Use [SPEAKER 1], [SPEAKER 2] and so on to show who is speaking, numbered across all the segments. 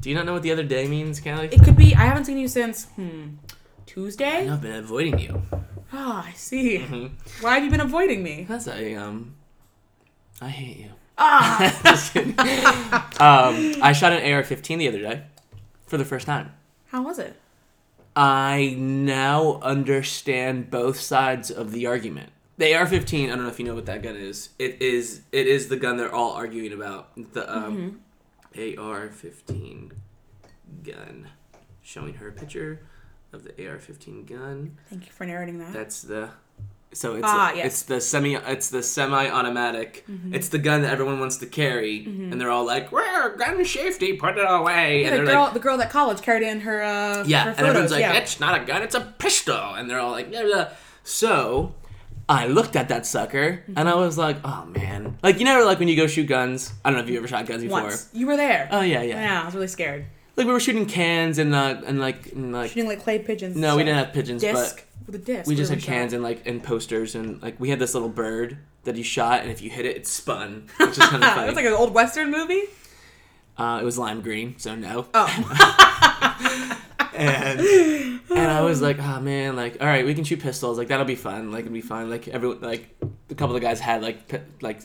[SPEAKER 1] Do you not know what the other day means, Callie?
[SPEAKER 2] It could be. I haven't seen you since hmm,
[SPEAKER 1] I know
[SPEAKER 2] Tuesday.
[SPEAKER 1] I've been avoiding you.
[SPEAKER 2] Ah, I see.
[SPEAKER 1] Mhm.
[SPEAKER 2] Why have you been avoiding me?
[SPEAKER 1] Because I um, I hate you.
[SPEAKER 2] Ah,
[SPEAKER 1] Just kidding. um, I shot an AR-15 the other day, for the first time.
[SPEAKER 2] how was it?
[SPEAKER 1] I now understand both sides of the argument. The AR-15. I don't know if you know what that gun is. It is. It is the gun they're all arguing about. The
[SPEAKER 2] Mm-hmm.
[SPEAKER 1] um, AR-15 gun. Showing her a picture of the AR-15 gun.
[SPEAKER 2] Thank you for narrating that.
[SPEAKER 1] That's the. So it's
[SPEAKER 2] Ah,
[SPEAKER 1] the,
[SPEAKER 2] yes. Mm-hmm.
[SPEAKER 1] it's the semi it's the semi-automatic. It's the gun that everyone wants to carry, and they're all like, "We're gun safety, put it away."
[SPEAKER 2] Yeah,
[SPEAKER 1] and
[SPEAKER 2] the
[SPEAKER 1] they're
[SPEAKER 2] girl,
[SPEAKER 1] like,
[SPEAKER 2] the girl that college carried in her uh,
[SPEAKER 1] "Yeah,"
[SPEAKER 2] her
[SPEAKER 1] and
[SPEAKER 2] photos,
[SPEAKER 1] everyone's like,
[SPEAKER 2] yeah.
[SPEAKER 1] "It's not a gun, it's a pistol," and they're all like, blah, blah. "So." I looked at that sucker
[SPEAKER 2] Mm-hmm.
[SPEAKER 1] and I was like, "Oh man!" Like you know, like when you go shoot guns. I don't know if you ever shot guns before.
[SPEAKER 2] once you were there.
[SPEAKER 1] Oh yeah, yeah,
[SPEAKER 2] yeah, I was really scared.
[SPEAKER 1] Like we were shooting cans and uh, and like and, like
[SPEAKER 2] Shooting like clay pigeons.
[SPEAKER 1] no, we didn't have pigeons, but
[SPEAKER 2] disc with a disc.
[SPEAKER 1] we just had
[SPEAKER 2] shot.
[SPEAKER 1] cans and like and posters and like we had this little bird that you shot and if you hit it it spun which is kind of
[SPEAKER 2] It
[SPEAKER 1] funny
[SPEAKER 2] was like an old western movie.
[SPEAKER 1] uh, it was lime green so no
[SPEAKER 2] Oh,
[SPEAKER 1] and and i was like oh man like all right we can shoot pistols like that'll be fun like it'll be fun like everyone like a couple of the guys had like pi- like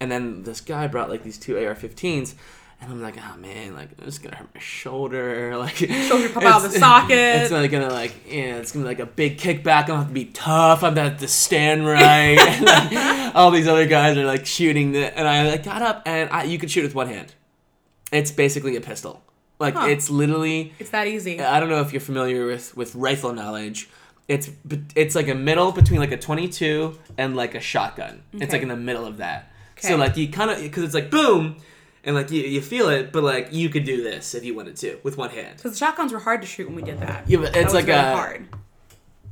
[SPEAKER 1] and then this guy brought like these two ar-15s and i'm like oh man like it's gonna hurt my shoulder like
[SPEAKER 2] shoulder pop out of the
[SPEAKER 1] it's-
[SPEAKER 2] socket.
[SPEAKER 1] It's not gonna like yeah, it's gonna be like a big kickback. I'm gonna have to be tough. I'm gonna have to stand right. And, like, all these other guys are like shooting, the, and I like got up and I, you could shoot with one hand. It's basically a pistol. Like
[SPEAKER 2] Huh.
[SPEAKER 1] it's literally.
[SPEAKER 2] it's that easy.
[SPEAKER 1] I don't know if you're familiar with with rifle knowledge. It's b- it's like a middle between like a 22 and like a shotgun. It's
[SPEAKER 2] Okay.
[SPEAKER 1] like in the middle of that.
[SPEAKER 2] Okay.
[SPEAKER 1] So like you kind of because it's like boom, and like you, you feel it, but like you could do this if you wanted to with one hand.
[SPEAKER 2] Because the shotguns were hard to shoot when we did that.
[SPEAKER 1] Yeah, but
[SPEAKER 2] That
[SPEAKER 1] it's
[SPEAKER 2] was
[SPEAKER 1] like
[SPEAKER 2] really
[SPEAKER 1] a-
[SPEAKER 2] hard.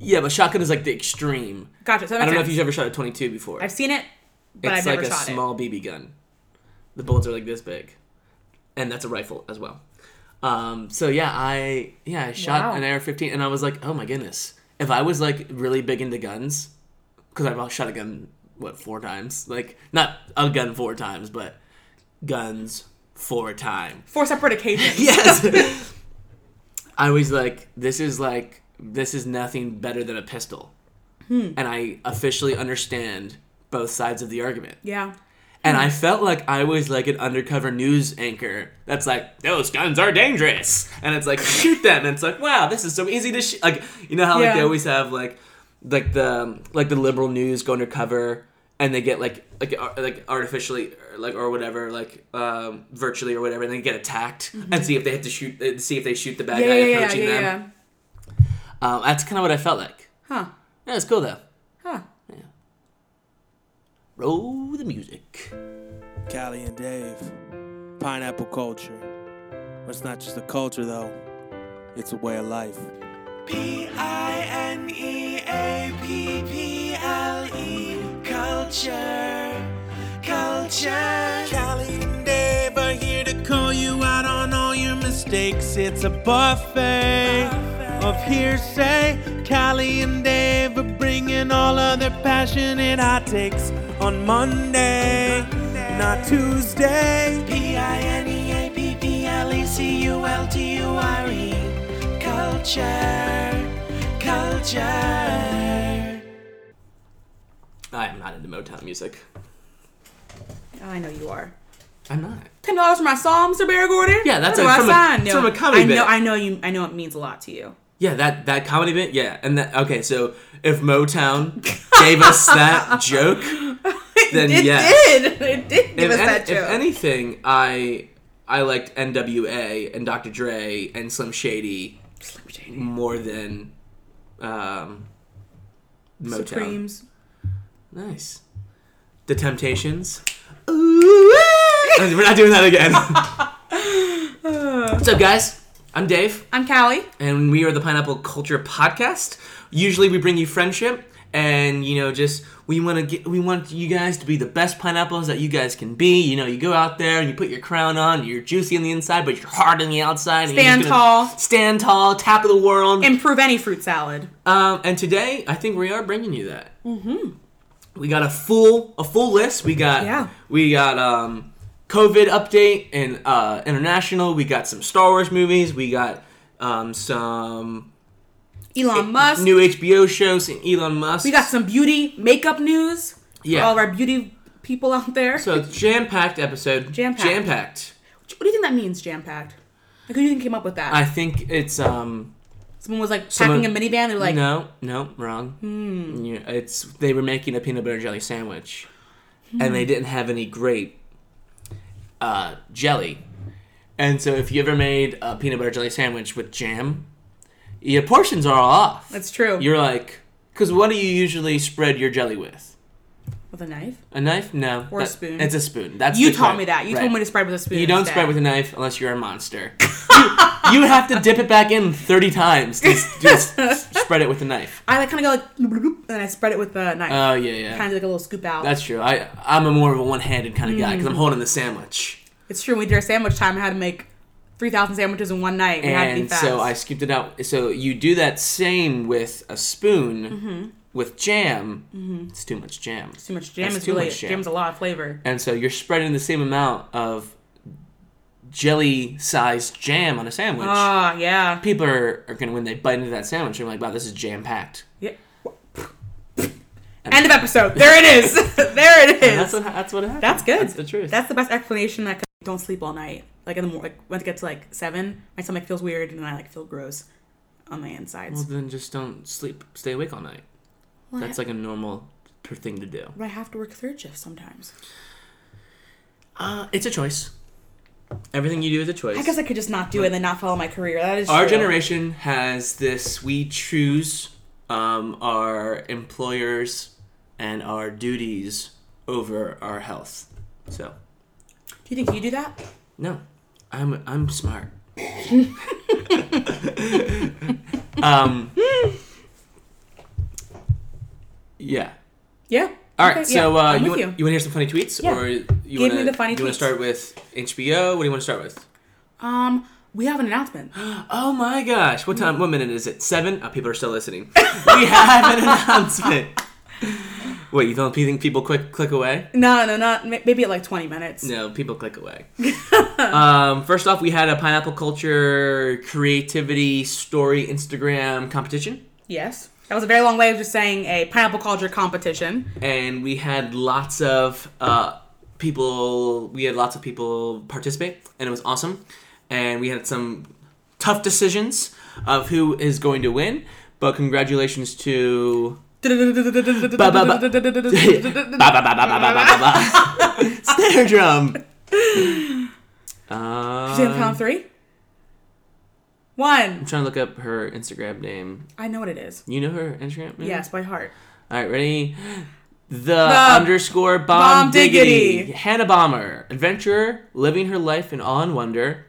[SPEAKER 1] Yeah, but shotgun is like the extreme.
[SPEAKER 2] Gotcha. So that
[SPEAKER 1] I don't
[SPEAKER 2] makes
[SPEAKER 1] know if
[SPEAKER 2] sense.
[SPEAKER 1] you've ever shot a 22 before.
[SPEAKER 2] I've seen it, but I've
[SPEAKER 1] it's like
[SPEAKER 2] never
[SPEAKER 1] a
[SPEAKER 2] shot
[SPEAKER 1] small BB gun. The bullets are like this big, and that's a rifle as well. Um, so yeah, I yeah I shot
[SPEAKER 2] Wow.
[SPEAKER 1] an AR-15, and I was like, oh my goodness, if I was like really big into guns, because I've shot a gun what four times, like not a gun four times, but guns four times.
[SPEAKER 2] it. Four separate occasions.
[SPEAKER 1] Yes. I was like, this is like, this is nothing better than a pistol.
[SPEAKER 2] Hmm.
[SPEAKER 1] And I officially understand both sides of the argument.
[SPEAKER 2] yeah.
[SPEAKER 1] And
[SPEAKER 2] Hmm.
[SPEAKER 1] I felt like I was like an undercover news anchor that's like, those guns are dangerous. And it's like, shoot them. And it's like, wow, this is so easy to shoot. Like, you know how like they
[SPEAKER 2] Yeah.
[SPEAKER 1] always have like, like the like the liberal news go undercover and they get like like ar- like artificially or, like or whatever like um, virtually or whatever and they get attacked and see if they have to shoot uh, see if they shoot the bad
[SPEAKER 2] Mm-hmm. Yeah,
[SPEAKER 1] guy
[SPEAKER 2] yeah, yeah, yeah,
[SPEAKER 1] approaching
[SPEAKER 2] yeah,
[SPEAKER 1] them.
[SPEAKER 2] yeah.
[SPEAKER 1] Um, that's kind of what I felt like.
[SPEAKER 2] Huh.
[SPEAKER 1] Yeah, it's cool though.
[SPEAKER 2] Huh.
[SPEAKER 1] Roll the music.
[SPEAKER 3] Callie and Dave. Pineapple culture. But it's not just a culture, though, it's a way of life.
[SPEAKER 4] P I N E A P P L E culture. Culture.
[SPEAKER 3] Callie and Dave are here to call you out on all your mistakes. It's a buffet of hearsay. Callie and Dave are bringing all of their passionate hot takes on Monday, not Tuesday.
[SPEAKER 4] P I N E A P P L E C U L T U R E. Culture. Culture.
[SPEAKER 1] I am not into Motown music.
[SPEAKER 2] Oh, I know you are.
[SPEAKER 1] I'm not.
[SPEAKER 2] Ten dollars for my song, Mr. Bear Gordon.
[SPEAKER 1] Yeah, that's
[SPEAKER 2] what
[SPEAKER 1] a-
[SPEAKER 2] I
[SPEAKER 1] from a-
[SPEAKER 2] signed.
[SPEAKER 1] it's
[SPEAKER 2] No,
[SPEAKER 1] from a comedy
[SPEAKER 2] I know.
[SPEAKER 1] bit.
[SPEAKER 2] I know you. I know it means a lot to you.
[SPEAKER 1] Yeah, that that comedy bit. Yeah, and that okay. So if Motown gave us that joke, then
[SPEAKER 2] it
[SPEAKER 1] yes.
[SPEAKER 2] did. It did give
[SPEAKER 1] If,
[SPEAKER 2] us
[SPEAKER 1] any-
[SPEAKER 2] that
[SPEAKER 1] if
[SPEAKER 2] joke.
[SPEAKER 1] anything, I I liked N.W.A. and Dr. Dre and Slim Shady
[SPEAKER 2] Slim Shady.
[SPEAKER 1] more than um, Motown.
[SPEAKER 2] Supremes.
[SPEAKER 1] Nice. The Temptations. Ooh, ah. We're not doing that again. What's up, guys? I'm Dave.
[SPEAKER 2] I'm Callie.
[SPEAKER 1] and we are the Pineapple Culture Podcast. Usually, we bring you friendship, and you know, just we want to get we want you guys to be the best pineapples that you guys can be. You know, you go out there and you put your crown on. You're juicy on the inside, but you're hard on the outside. and you're
[SPEAKER 2] Stand
[SPEAKER 1] just gonna
[SPEAKER 2] tall.
[SPEAKER 1] stand tall, top of the world.
[SPEAKER 2] Improve any fruit salad.
[SPEAKER 1] Um, and today, I think we are bringing you that. Mm-hmm. We got a full a full list. We got
[SPEAKER 2] Yeah.
[SPEAKER 1] we got um COVID update and uh, international. We got some Star Wars movies. We got um, some
[SPEAKER 2] Elon Musk.
[SPEAKER 1] new HBO shows and Elon Musk.
[SPEAKER 2] we got some beauty makeup news for
[SPEAKER 1] Yeah.
[SPEAKER 2] all of our beauty people out there.
[SPEAKER 1] so it's jam-packed episode.
[SPEAKER 2] Jam-packed.
[SPEAKER 1] Jam-packed.
[SPEAKER 2] what do you think that means, jam packed? Like, who do you think came up with that?
[SPEAKER 1] I think it's um
[SPEAKER 2] Someone was like packing
[SPEAKER 1] Someone-
[SPEAKER 2] a minivan. They're like, Hmm.
[SPEAKER 1] no no wrong. Yeah, it's they were making a peanut butter and jelly sandwich, and
[SPEAKER 2] Hmm.
[SPEAKER 1] they didn't have any grape uh, jelly, and so if you ever made a peanut butter jelly sandwich with jam, your portions are all off.
[SPEAKER 2] that's true.
[SPEAKER 1] You're like, because what do you usually spread your jelly with?
[SPEAKER 2] with a knife.
[SPEAKER 1] A knife? No.
[SPEAKER 2] Or a
[SPEAKER 1] That-
[SPEAKER 2] spoon.
[SPEAKER 1] It's a spoon. That's
[SPEAKER 2] You
[SPEAKER 1] the
[SPEAKER 2] taught
[SPEAKER 1] correct-
[SPEAKER 2] me that. You
[SPEAKER 1] right.
[SPEAKER 2] told me to spread with a spoon.
[SPEAKER 1] You don't
[SPEAKER 2] instead.
[SPEAKER 1] spread with a knife unless you're a monster. you, you would have to dip it back in 30 times to s- just s- spread it with a knife.
[SPEAKER 2] I like kind of go like, bloop, bloop, bloop, and then I spread it with the knife.
[SPEAKER 1] Oh, yeah, yeah.
[SPEAKER 2] kind of like a little scoop out.
[SPEAKER 1] That's true. I, I'm a more of a one handed kind of guy because I'm
[SPEAKER 2] Mm.
[SPEAKER 1] holding the sandwich.
[SPEAKER 2] it's true. When we did our sandwich time, I had to make three thousand sandwiches in one night. We had to be
[SPEAKER 1] And
[SPEAKER 2] fast.
[SPEAKER 1] so I scooped it out. So you do that same with a spoon with jam. It's too much jam.
[SPEAKER 2] Mm-hmm. too much jam
[SPEAKER 1] That's
[SPEAKER 2] is
[SPEAKER 1] too
[SPEAKER 2] really
[SPEAKER 1] much jam.
[SPEAKER 2] jam's a lot of flavor.
[SPEAKER 1] and so you're spreading the same amount of jelly sized jam on a sandwich.
[SPEAKER 2] Ah, yeah.
[SPEAKER 1] People are, are gonna when they bite into that sandwich, they're like, wow, this is jam packed.
[SPEAKER 2] yeah. End of episode. There it is. there it is.
[SPEAKER 1] That's what that's what happened.
[SPEAKER 2] That's good.
[SPEAKER 1] That's the truth.
[SPEAKER 2] That's the best explanation. That 'cause I don't sleep all night. Like in the morning, like when it gets to like seven, my stomach feels weird and I like feel gross on my insides.
[SPEAKER 1] well, then just don't sleep. Stay awake all night. That's like a normal per- thing to do.
[SPEAKER 2] But I have to work third shift sometimes.
[SPEAKER 1] Uh, it's a choice. Everything you do is a choice.
[SPEAKER 2] I guess I could just not do it and then not follow my career. That is
[SPEAKER 1] our
[SPEAKER 2] true.
[SPEAKER 1] generation has this we choose um, our employers and our duties over our health. So
[SPEAKER 2] Do you think you do that?
[SPEAKER 1] No, I'm I'm smart. um. Yeah.
[SPEAKER 2] Yeah.
[SPEAKER 1] All right.
[SPEAKER 2] Okay,
[SPEAKER 1] so
[SPEAKER 2] yeah,
[SPEAKER 1] uh,
[SPEAKER 2] I'm
[SPEAKER 1] you
[SPEAKER 2] with
[SPEAKER 1] want,
[SPEAKER 2] you.
[SPEAKER 1] you want to hear some funny tweets,
[SPEAKER 2] Yeah.
[SPEAKER 1] or you
[SPEAKER 2] me
[SPEAKER 1] want
[SPEAKER 2] the funny
[SPEAKER 1] you
[SPEAKER 2] tweets.
[SPEAKER 1] want to start with HBO? What do you want to start with?
[SPEAKER 2] Um, we have an announcement.
[SPEAKER 1] Oh my gosh! What time? What minute is it? Seven. Oh, people are still listening. we have an announcement. Wait, you don't you think people click click away?
[SPEAKER 2] No, no, not ma- maybe at like twenty minutes.
[SPEAKER 1] No, people click away. um, first off, we had a pineapple culture creativity story Instagram competition,
[SPEAKER 2] Yes. That was a very long way of just saying a pineapple culture competition.
[SPEAKER 1] and we had lots of uh, people. We had lots of people participate, and it was awesome. And we had some tough decisions of who is going to win. But congratulations to Ba, ba, ba. Ba, ba, ba, ba, ba, ba, ba, ba, ba. snare drum. Uh,
[SPEAKER 2] Sam count three. One.
[SPEAKER 1] I'm trying to look up her Instagram name.
[SPEAKER 2] I know what it is.
[SPEAKER 1] You know her Instagram name?
[SPEAKER 2] Yes, by heart.
[SPEAKER 1] All right, ready? The, underscore bomb,
[SPEAKER 2] bomb
[SPEAKER 1] diggity.
[SPEAKER 2] diggity.
[SPEAKER 1] Hannah Bomber, adventurer, living her life in awe and wonder,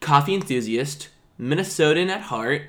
[SPEAKER 1] coffee enthusiast, Minnesotan at heart,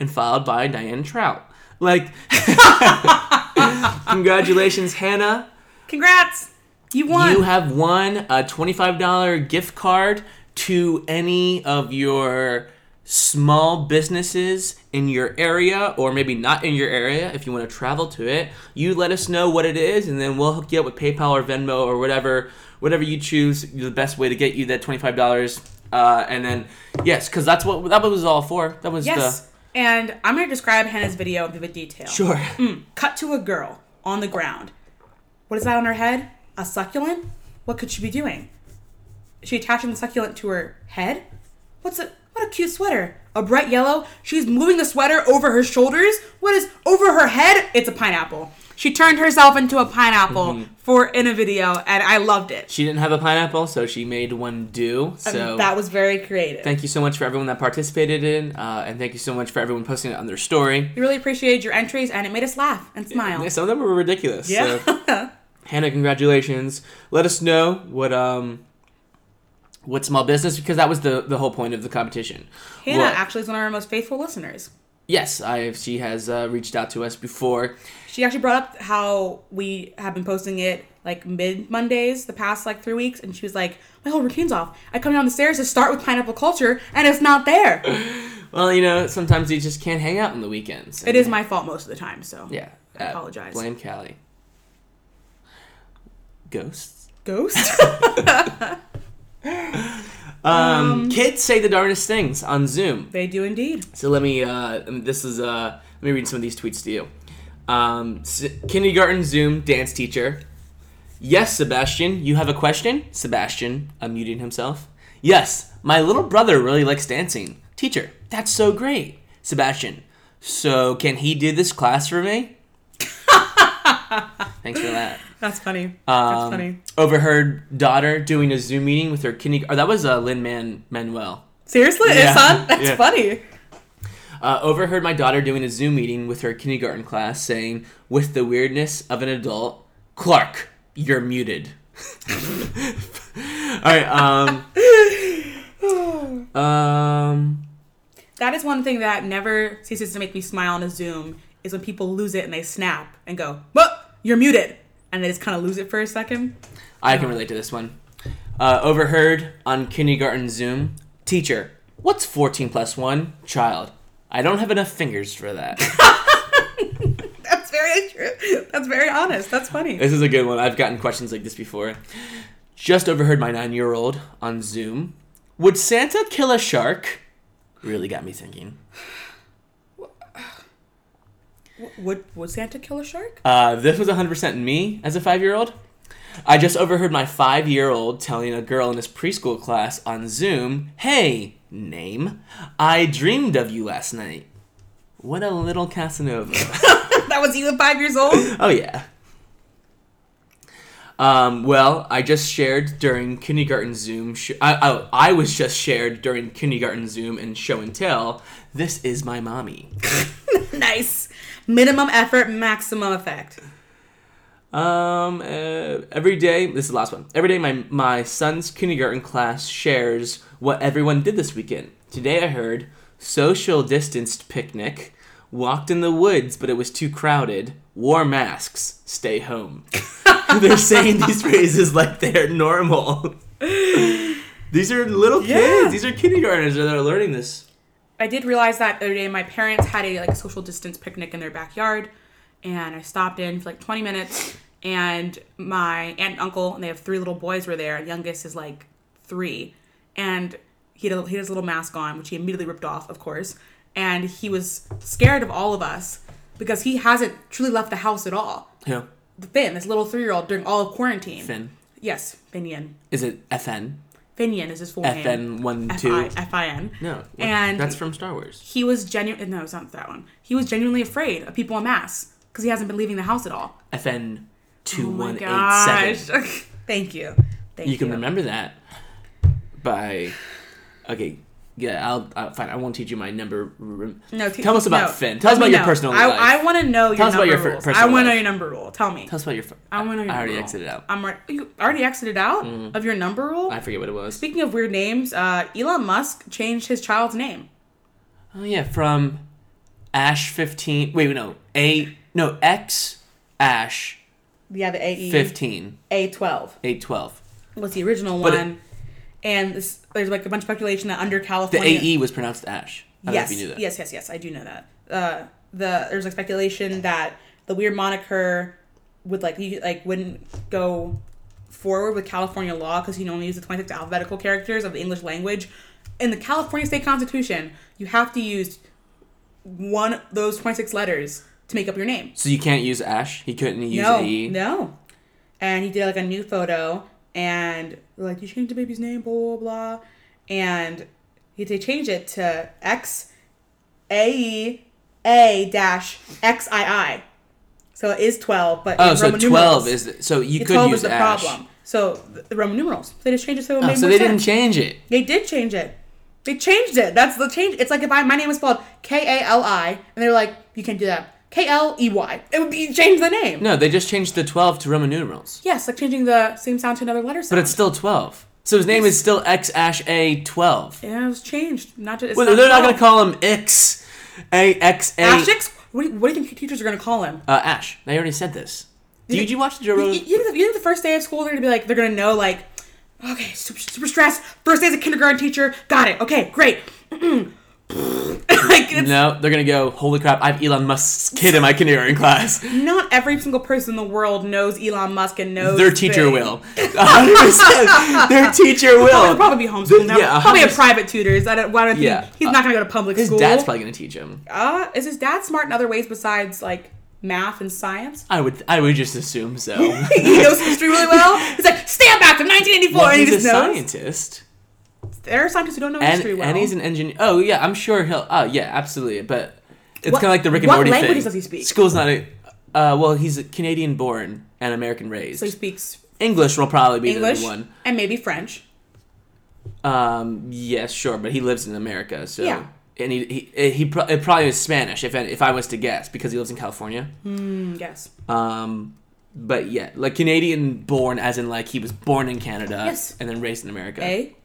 [SPEAKER 1] and followed by Diane Trout. Like, congratulations, Hannah.
[SPEAKER 2] Congrats! You won.
[SPEAKER 1] You have won a $25 gift card to any of your small businesses in your area or maybe not in your area if you want to travel to it. You let us know what it is and then we'll hook you up with PayPal or Venmo or whatever whatever you choose the best way to get you that $25 uh, and then yes cuz that's what that was all for. That was
[SPEAKER 2] yes. And I'm gonna describe Hannah's video in vivid detail.
[SPEAKER 1] the Sure.
[SPEAKER 2] Cut to a girl on the ground. What is that on her head? A succulent? What could she be doing? Is she attaching the succulent to her head? What's a what a cute sweater? A bright yellow. She's moving the sweater over her shoulders. What is over her head? It's a pineapple. She turned herself into a pineapple
[SPEAKER 1] Mm-hmm.
[SPEAKER 2] for in a video, and I loved it.
[SPEAKER 1] She didn't have a pineapple so she made one do. So
[SPEAKER 2] Um, that was very creative.
[SPEAKER 1] Thank you so much for everyone that participated in, uh, and thank you so much for everyone posting it on their story.
[SPEAKER 2] We really appreciated your entries, and it made us laugh and smile.
[SPEAKER 1] Some of them were ridiculous.
[SPEAKER 2] Yeah.
[SPEAKER 1] So, Hannah, congratulations. Let us know what um what small business because that was the the whole point of the competition.
[SPEAKER 2] Hannah
[SPEAKER 1] What-
[SPEAKER 2] actually is one of our most faithful listeners.
[SPEAKER 1] yes, I she has uh, reached out to us before.
[SPEAKER 2] She actually brought up how we have been posting it like mid Mondays the past like three weeks, and she was like, "My whole routine's off. I come down the stairs to start with pineapple culture, and it's not there.
[SPEAKER 1] Well, you know, sometimes you just can't hang out on the weekends.
[SPEAKER 2] It is my fault most of the time. So
[SPEAKER 1] yeah. uh,
[SPEAKER 2] I apologize. Um,
[SPEAKER 1] Blame Callie. Ghosts.
[SPEAKER 2] Ghost?
[SPEAKER 1] Um, kids say the darndest things on Zoom.
[SPEAKER 2] they do indeed.
[SPEAKER 1] So let me. Uh, and this is. Uh, let me read some of these tweets to you. Um, s- kindergarten Zoom dance teacher. Yes, Sebastian, you have a question. Sebastian, unmuting himself. Yes, my little brother really likes dancing. Teacher, that's so great. Sebastian, so can he do this class for me? Thanks for that.
[SPEAKER 2] That's funny.
[SPEAKER 1] Um,
[SPEAKER 2] That's funny.
[SPEAKER 1] Overheard daughter doing a Zoom meeting with her kindergarten. Oh, that was uh, Lin Man Manuel.
[SPEAKER 2] Seriously,
[SPEAKER 1] yeah,
[SPEAKER 2] son? That's
[SPEAKER 1] yeah.
[SPEAKER 2] funny.
[SPEAKER 1] Uh, overheard my daughter doing a Zoom meeting with her kindergarten class, saying, with the weirdness of an adult, Clark, you're muted. All right. Um, um,
[SPEAKER 2] That is one thing that never ceases to make me smile on a Zoom is when people lose it and they snap and go, "What? You're muted," and they just kind of lose it for a second.
[SPEAKER 1] I can relate to this one. Uh, overheard on kindergarten Zoom, teacher, what's 14 plus 1? Child, I don't have enough fingers for that.
[SPEAKER 2] That's very true. That's very honest. That's funny.
[SPEAKER 1] This is a good one. I've gotten questions like this before. Just overheard my nine year old on Zoom. Would Santa kill a shark? Really got me thinking.
[SPEAKER 2] Would would Santa kill a shark?
[SPEAKER 1] Uh, this was 100% me as a five year old. I just overheard my five year old telling a girl in his preschool class on Zoom, Hey, name, I dreamed of you last night. What a little Casanova.
[SPEAKER 2] that was you at five years old.
[SPEAKER 1] Oh yeah. Um, well, I just shared during kindergarten Zoom. Sh- I, oh, I I was just shared during kindergarten Zoom and show and tell. This is my mommy.
[SPEAKER 2] nice. Minimum effort, maximum effect.
[SPEAKER 1] Um, uh, every day. This is the last one. Every day, my my son's kindergarten class shares what everyone did this weekend. Today, I heard social distanced picnic, walked in the woods, but it was too crowded. Wore masks, stay home. they're saying these phrases like they're normal. these are little
[SPEAKER 2] Yeah.
[SPEAKER 1] kids. These are kindergartners that are learning this.
[SPEAKER 2] I did realize that the other day my parents had a like social distance picnic in their backyard and I stopped in for like 20 minutes and my aunt and uncle and they have three little boys were there. Youngest is like three and he had, a, he had his little mask on which he immediately ripped off of course and he was scared of all of us because he hasn't truly left the house at all.
[SPEAKER 1] Yeah.
[SPEAKER 2] Finn, this little three-year-old during all of quarantine.
[SPEAKER 1] Finn.
[SPEAKER 2] Yes, Finian.
[SPEAKER 1] Is it FN?
[SPEAKER 2] Finian is his full name.
[SPEAKER 1] FN one two.
[SPEAKER 2] F-I- F-I-N.
[SPEAKER 1] No.
[SPEAKER 2] And
[SPEAKER 1] that's from Star Wars.
[SPEAKER 2] he was genuine. No, it's not that one. He was genuinely afraid of people en masse because he hasn't been leaving the house at all.
[SPEAKER 1] FN two
[SPEAKER 2] Oh my
[SPEAKER 1] one eight seven.
[SPEAKER 2] gosh! Thank you. Thank you.
[SPEAKER 1] you can remember that by okay yeah i'll, I'll fine i won't teach you my number rem-
[SPEAKER 2] No, t-
[SPEAKER 1] tell us about
[SPEAKER 2] no.
[SPEAKER 1] Finn. Tell us
[SPEAKER 2] Let
[SPEAKER 1] about
[SPEAKER 2] me
[SPEAKER 1] your
[SPEAKER 2] know.
[SPEAKER 1] personal
[SPEAKER 2] I,
[SPEAKER 1] life.
[SPEAKER 2] I want to know your
[SPEAKER 1] Tell us about
[SPEAKER 2] number
[SPEAKER 1] your fir-
[SPEAKER 2] rules.
[SPEAKER 1] personal
[SPEAKER 2] I want to know
[SPEAKER 1] life.
[SPEAKER 2] your number rule. Tell me.
[SPEAKER 1] tell us about your phone
[SPEAKER 2] I want to know. Your
[SPEAKER 1] i already
[SPEAKER 2] number rule.
[SPEAKER 1] exited out Mm-hmm.
[SPEAKER 2] I'm already. You already exited out of your number rule.
[SPEAKER 1] i forget what it was
[SPEAKER 2] Speaking of weird names, uh, Elon Musk changed his child's name.
[SPEAKER 1] oh yeah from ash 15 wait no a no x ash
[SPEAKER 2] Yeah, the E AE
[SPEAKER 1] 15
[SPEAKER 2] A12
[SPEAKER 1] 812
[SPEAKER 2] was the original
[SPEAKER 1] But it-
[SPEAKER 2] one, and this, there's like a bunch of speculation that under
[SPEAKER 1] the
[SPEAKER 2] California,
[SPEAKER 1] ae was pronounced ash i don't
[SPEAKER 2] Oh, yes,
[SPEAKER 1] know if you knew that
[SPEAKER 2] yes, yes, yes. I do know that. Uh, the there's like speculation that the weird moniker would like you like wouldn't go forward with California law because you can only use the 26 alphabetical characters of the English language. In the California state constitution, you have to use one of those 26 letters to make up your name.
[SPEAKER 1] so you can't use ash he couldn't use E.
[SPEAKER 2] No,
[SPEAKER 1] ae
[SPEAKER 2] no. And he did like a new photo, and they're like, "You changed the baby's name, blah blah blah," and he they changed it to X A E A dash X I I. So it is twelve, but
[SPEAKER 1] oh
[SPEAKER 2] in
[SPEAKER 1] so
[SPEAKER 2] Roman
[SPEAKER 1] 12
[SPEAKER 2] numerals.
[SPEAKER 1] is so you
[SPEAKER 2] Yeah,
[SPEAKER 1] could
[SPEAKER 2] twelve
[SPEAKER 1] use
[SPEAKER 2] is the
[SPEAKER 1] ash
[SPEAKER 2] problem. So th- the Roman numerals, they just changed it so it
[SPEAKER 1] Oh,
[SPEAKER 2] made
[SPEAKER 1] so
[SPEAKER 2] more
[SPEAKER 1] they
[SPEAKER 2] sense.
[SPEAKER 1] didn't change it
[SPEAKER 2] They did change it. They changed it. That's the change. It's like if I my name was spelled K A L I, and they were like, "You can't do that." K L E Y. It would be change the name.
[SPEAKER 1] no they just changed the 12 to roman numerals
[SPEAKER 2] Yes, like changing the same sound to another letter sound.
[SPEAKER 1] But it's still 12. So his name is still X Ash A 12.
[SPEAKER 2] yeah, it was changed. Not just. It's
[SPEAKER 1] Well, they're not going
[SPEAKER 2] 12.
[SPEAKER 1] to call him X A X A
[SPEAKER 2] Asterix? What do, you, what do you think teachers are gonna call him?
[SPEAKER 1] Uh, Ash. I already said this. Did you watch the Joe
[SPEAKER 2] You, you,
[SPEAKER 1] Rogan?
[SPEAKER 2] you think the, you think the first day of school they're gonna be like they're gonna know like, okay, super, super stressed. First day as a kindergarten teacher. Got it. Okay, great. like it's
[SPEAKER 1] No, they're gonna go. Holy crap! I have Elon Musk's kid in my kindergarten class.
[SPEAKER 2] not every single person in the world knows Elon Musk and knows
[SPEAKER 1] Their teacher
[SPEAKER 2] thing.
[SPEAKER 1] will. 100%. Their teacher
[SPEAKER 2] Probably,
[SPEAKER 1] will.
[SPEAKER 2] probably be homeschooled now.
[SPEAKER 1] yeah,
[SPEAKER 2] probably a
[SPEAKER 1] 100%.
[SPEAKER 2] private tutors. I don't. Why don't
[SPEAKER 1] Yeah.
[SPEAKER 2] think he's not gonna go to public
[SPEAKER 1] His
[SPEAKER 2] school?
[SPEAKER 1] dad's probably gonna teach him.
[SPEAKER 2] uh, is his dad smart in other ways besides like math and science?
[SPEAKER 1] I would. I would just assume so.
[SPEAKER 2] he knows history really well. He's like, stand back to 1984,
[SPEAKER 1] Well,
[SPEAKER 2] and he
[SPEAKER 1] he's a
[SPEAKER 2] just knows.
[SPEAKER 1] scientist,
[SPEAKER 2] There are scientists who don't know
[SPEAKER 1] and
[SPEAKER 2] history well.
[SPEAKER 1] and he's an engineer. Oh yeah, I'm sure he'll. Oh yeah, absolutely. But it's
[SPEAKER 2] What-
[SPEAKER 1] kind of like the Rick and
[SPEAKER 2] what
[SPEAKER 1] Morty thing.
[SPEAKER 2] languages does he speak?
[SPEAKER 1] School's not. A, uh, well, he's a Canadian born and American raised.
[SPEAKER 2] so he speaks
[SPEAKER 1] English will probably be
[SPEAKER 2] English
[SPEAKER 1] the one.
[SPEAKER 2] and maybe French.
[SPEAKER 1] Um, yes, sure, but he lives in America, so
[SPEAKER 2] Yeah.
[SPEAKER 1] and he eh, he he pro- it probably is Spanish if if I was to guess because he lives in California.
[SPEAKER 2] Mm, Yes.
[SPEAKER 1] Um, but yeah, like Canadian born, as in like he was born in Canada,
[SPEAKER 2] Yes.
[SPEAKER 1] and then raised in America.
[SPEAKER 2] A.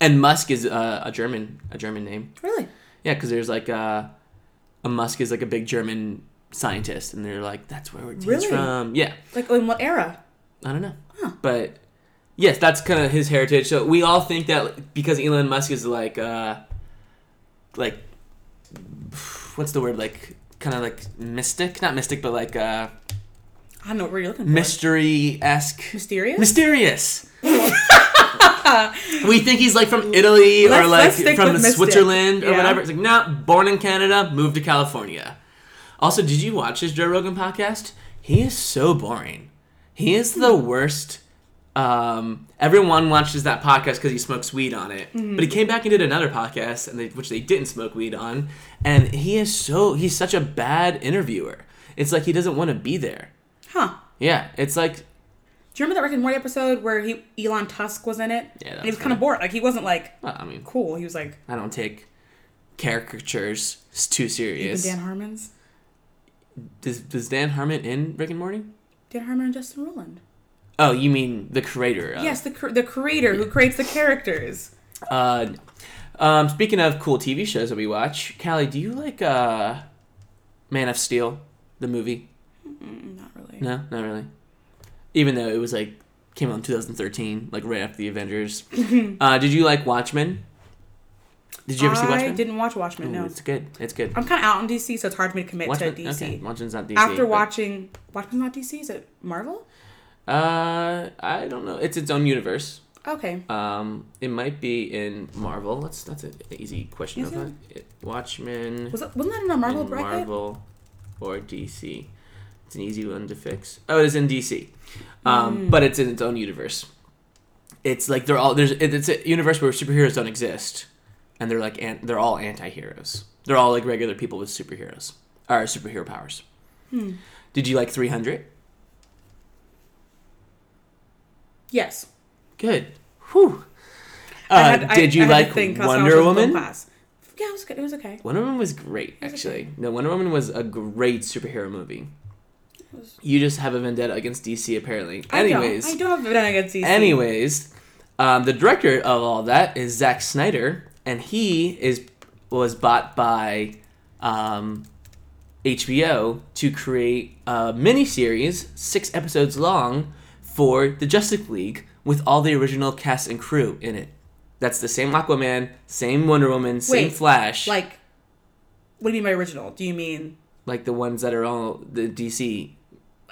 [SPEAKER 1] And Musk is uh, a German a German name.
[SPEAKER 2] Really?
[SPEAKER 1] Yeah, because there's like uh, a Musk is like a big German scientist, and they're like that's where he's
[SPEAKER 2] Really?
[SPEAKER 1] from. Yeah,
[SPEAKER 2] Like in what era?
[SPEAKER 1] I don't know, but yes, that's kind of his heritage. So we all think that like, because Elon Musk is like uh, like what's the word like kind of like mystic, not mystic, but like uh,
[SPEAKER 2] I don't know what you're looking for.
[SPEAKER 1] mystery esque,
[SPEAKER 2] Mysterious.
[SPEAKER 1] mysterious. we think he's like from Italy
[SPEAKER 2] Let's-
[SPEAKER 1] or
[SPEAKER 2] let's
[SPEAKER 1] like
[SPEAKER 2] stick
[SPEAKER 1] from
[SPEAKER 2] with mystic.
[SPEAKER 1] Switzerland or
[SPEAKER 2] Yeah.
[SPEAKER 1] whatever. It's like, nah, born in Canada, moved to California. Also, did you watch his Joe Rogan podcast? He is so boring. He is the
[SPEAKER 2] Hmm.
[SPEAKER 1] worst. Um, everyone watches that podcast because he smokes weed on it.
[SPEAKER 2] Hmm.
[SPEAKER 1] But he came back and did another podcast, and they, which they didn't smoke weed on. And he is so he's such a bad interviewer. It's like he doesn't want to be there.
[SPEAKER 2] huh.
[SPEAKER 1] Yeah, it's like
[SPEAKER 2] Do you remember that Rick and Morty episode where he Elon Tusk was in it?
[SPEAKER 1] Yeah, that
[SPEAKER 2] and he was
[SPEAKER 1] was
[SPEAKER 2] kind
[SPEAKER 1] funny.
[SPEAKER 2] of bored. Like he wasn't like
[SPEAKER 1] well, I mean,
[SPEAKER 2] cool. He was like
[SPEAKER 1] I don't take caricatures s- too
[SPEAKER 2] even
[SPEAKER 1] serious.
[SPEAKER 2] Dan Harmon's.
[SPEAKER 1] Does, does Dan Harmon in Rick and Morty?
[SPEAKER 2] Dan Harmon and Justin Roland.
[SPEAKER 1] Oh, you mean the creator? Of,
[SPEAKER 2] Yes, the cr- the creator who creates the characters.
[SPEAKER 1] Uh, um, speaking of cool TV shows that we watch, Callie, do you like uh, Man of Steel, the movie?
[SPEAKER 2] Not really.
[SPEAKER 1] No, not really. Even though it was like came out in 2013, like right after the Avengers. uh, did you like Watchmen? Did you ever see
[SPEAKER 2] I
[SPEAKER 1] Watchmen?
[SPEAKER 2] didn't watch Watchmen.
[SPEAKER 1] Ooh,
[SPEAKER 2] No,
[SPEAKER 1] It's good. It's good.
[SPEAKER 2] I'm kind of out on DC, so it's hard for me to commit
[SPEAKER 1] Watchmen.
[SPEAKER 2] to DC.
[SPEAKER 1] Okay, Watchmen's not DC.
[SPEAKER 2] After
[SPEAKER 1] but-
[SPEAKER 2] watching Watchmen's not DC, is it Marvel?
[SPEAKER 1] uh, I don't know. It's its own universe.
[SPEAKER 2] Okay,
[SPEAKER 1] Um, it might be in Marvel. That's that's an easy question.
[SPEAKER 2] Is
[SPEAKER 1] isn't it? It- Watchmen.
[SPEAKER 2] was that, wasn't that in a Marvel
[SPEAKER 1] in
[SPEAKER 2] bracket?
[SPEAKER 1] Marvel or DC. It's an easy one to fix. Oh, it is in DC,
[SPEAKER 2] Hmm.
[SPEAKER 1] um, but it's in its own universe. It's like they're all there's it- it's a universe where superheroes don't exist, and they're like an, they're all anti-heroes. They're all like regular people with superheroes or superhero powers.
[SPEAKER 2] Hmm.
[SPEAKER 1] Did you like Three Hundred?
[SPEAKER 2] Yes.
[SPEAKER 1] Good. Whew. Uh,
[SPEAKER 2] I had- I-
[SPEAKER 1] did you
[SPEAKER 2] I had to
[SPEAKER 1] like
[SPEAKER 2] think 'cause when I was
[SPEAKER 1] Wonder
[SPEAKER 2] in film
[SPEAKER 1] Woman?
[SPEAKER 2] Class. Yeah, it was good. It was okay.
[SPEAKER 1] Wonder Woman was great,
[SPEAKER 2] was okay.
[SPEAKER 1] actually. No, Wonder Woman was a great superhero movie. You just have a vendetta against DC, apparently. Anyways,
[SPEAKER 2] I don't, I don't have a vendetta against DC.
[SPEAKER 1] anyways, um, the director of all that is Zack Snyder, and he is was bought by um, HBO to create a miniseries, six episodes long, for the Justice League with all the original cast and crew in it. That's the same Aquaman, same Wonder Woman, same
[SPEAKER 2] Wait,
[SPEAKER 1] Flash.
[SPEAKER 2] like, what do you mean by original? Do you mean
[SPEAKER 1] like the ones that are all the DC.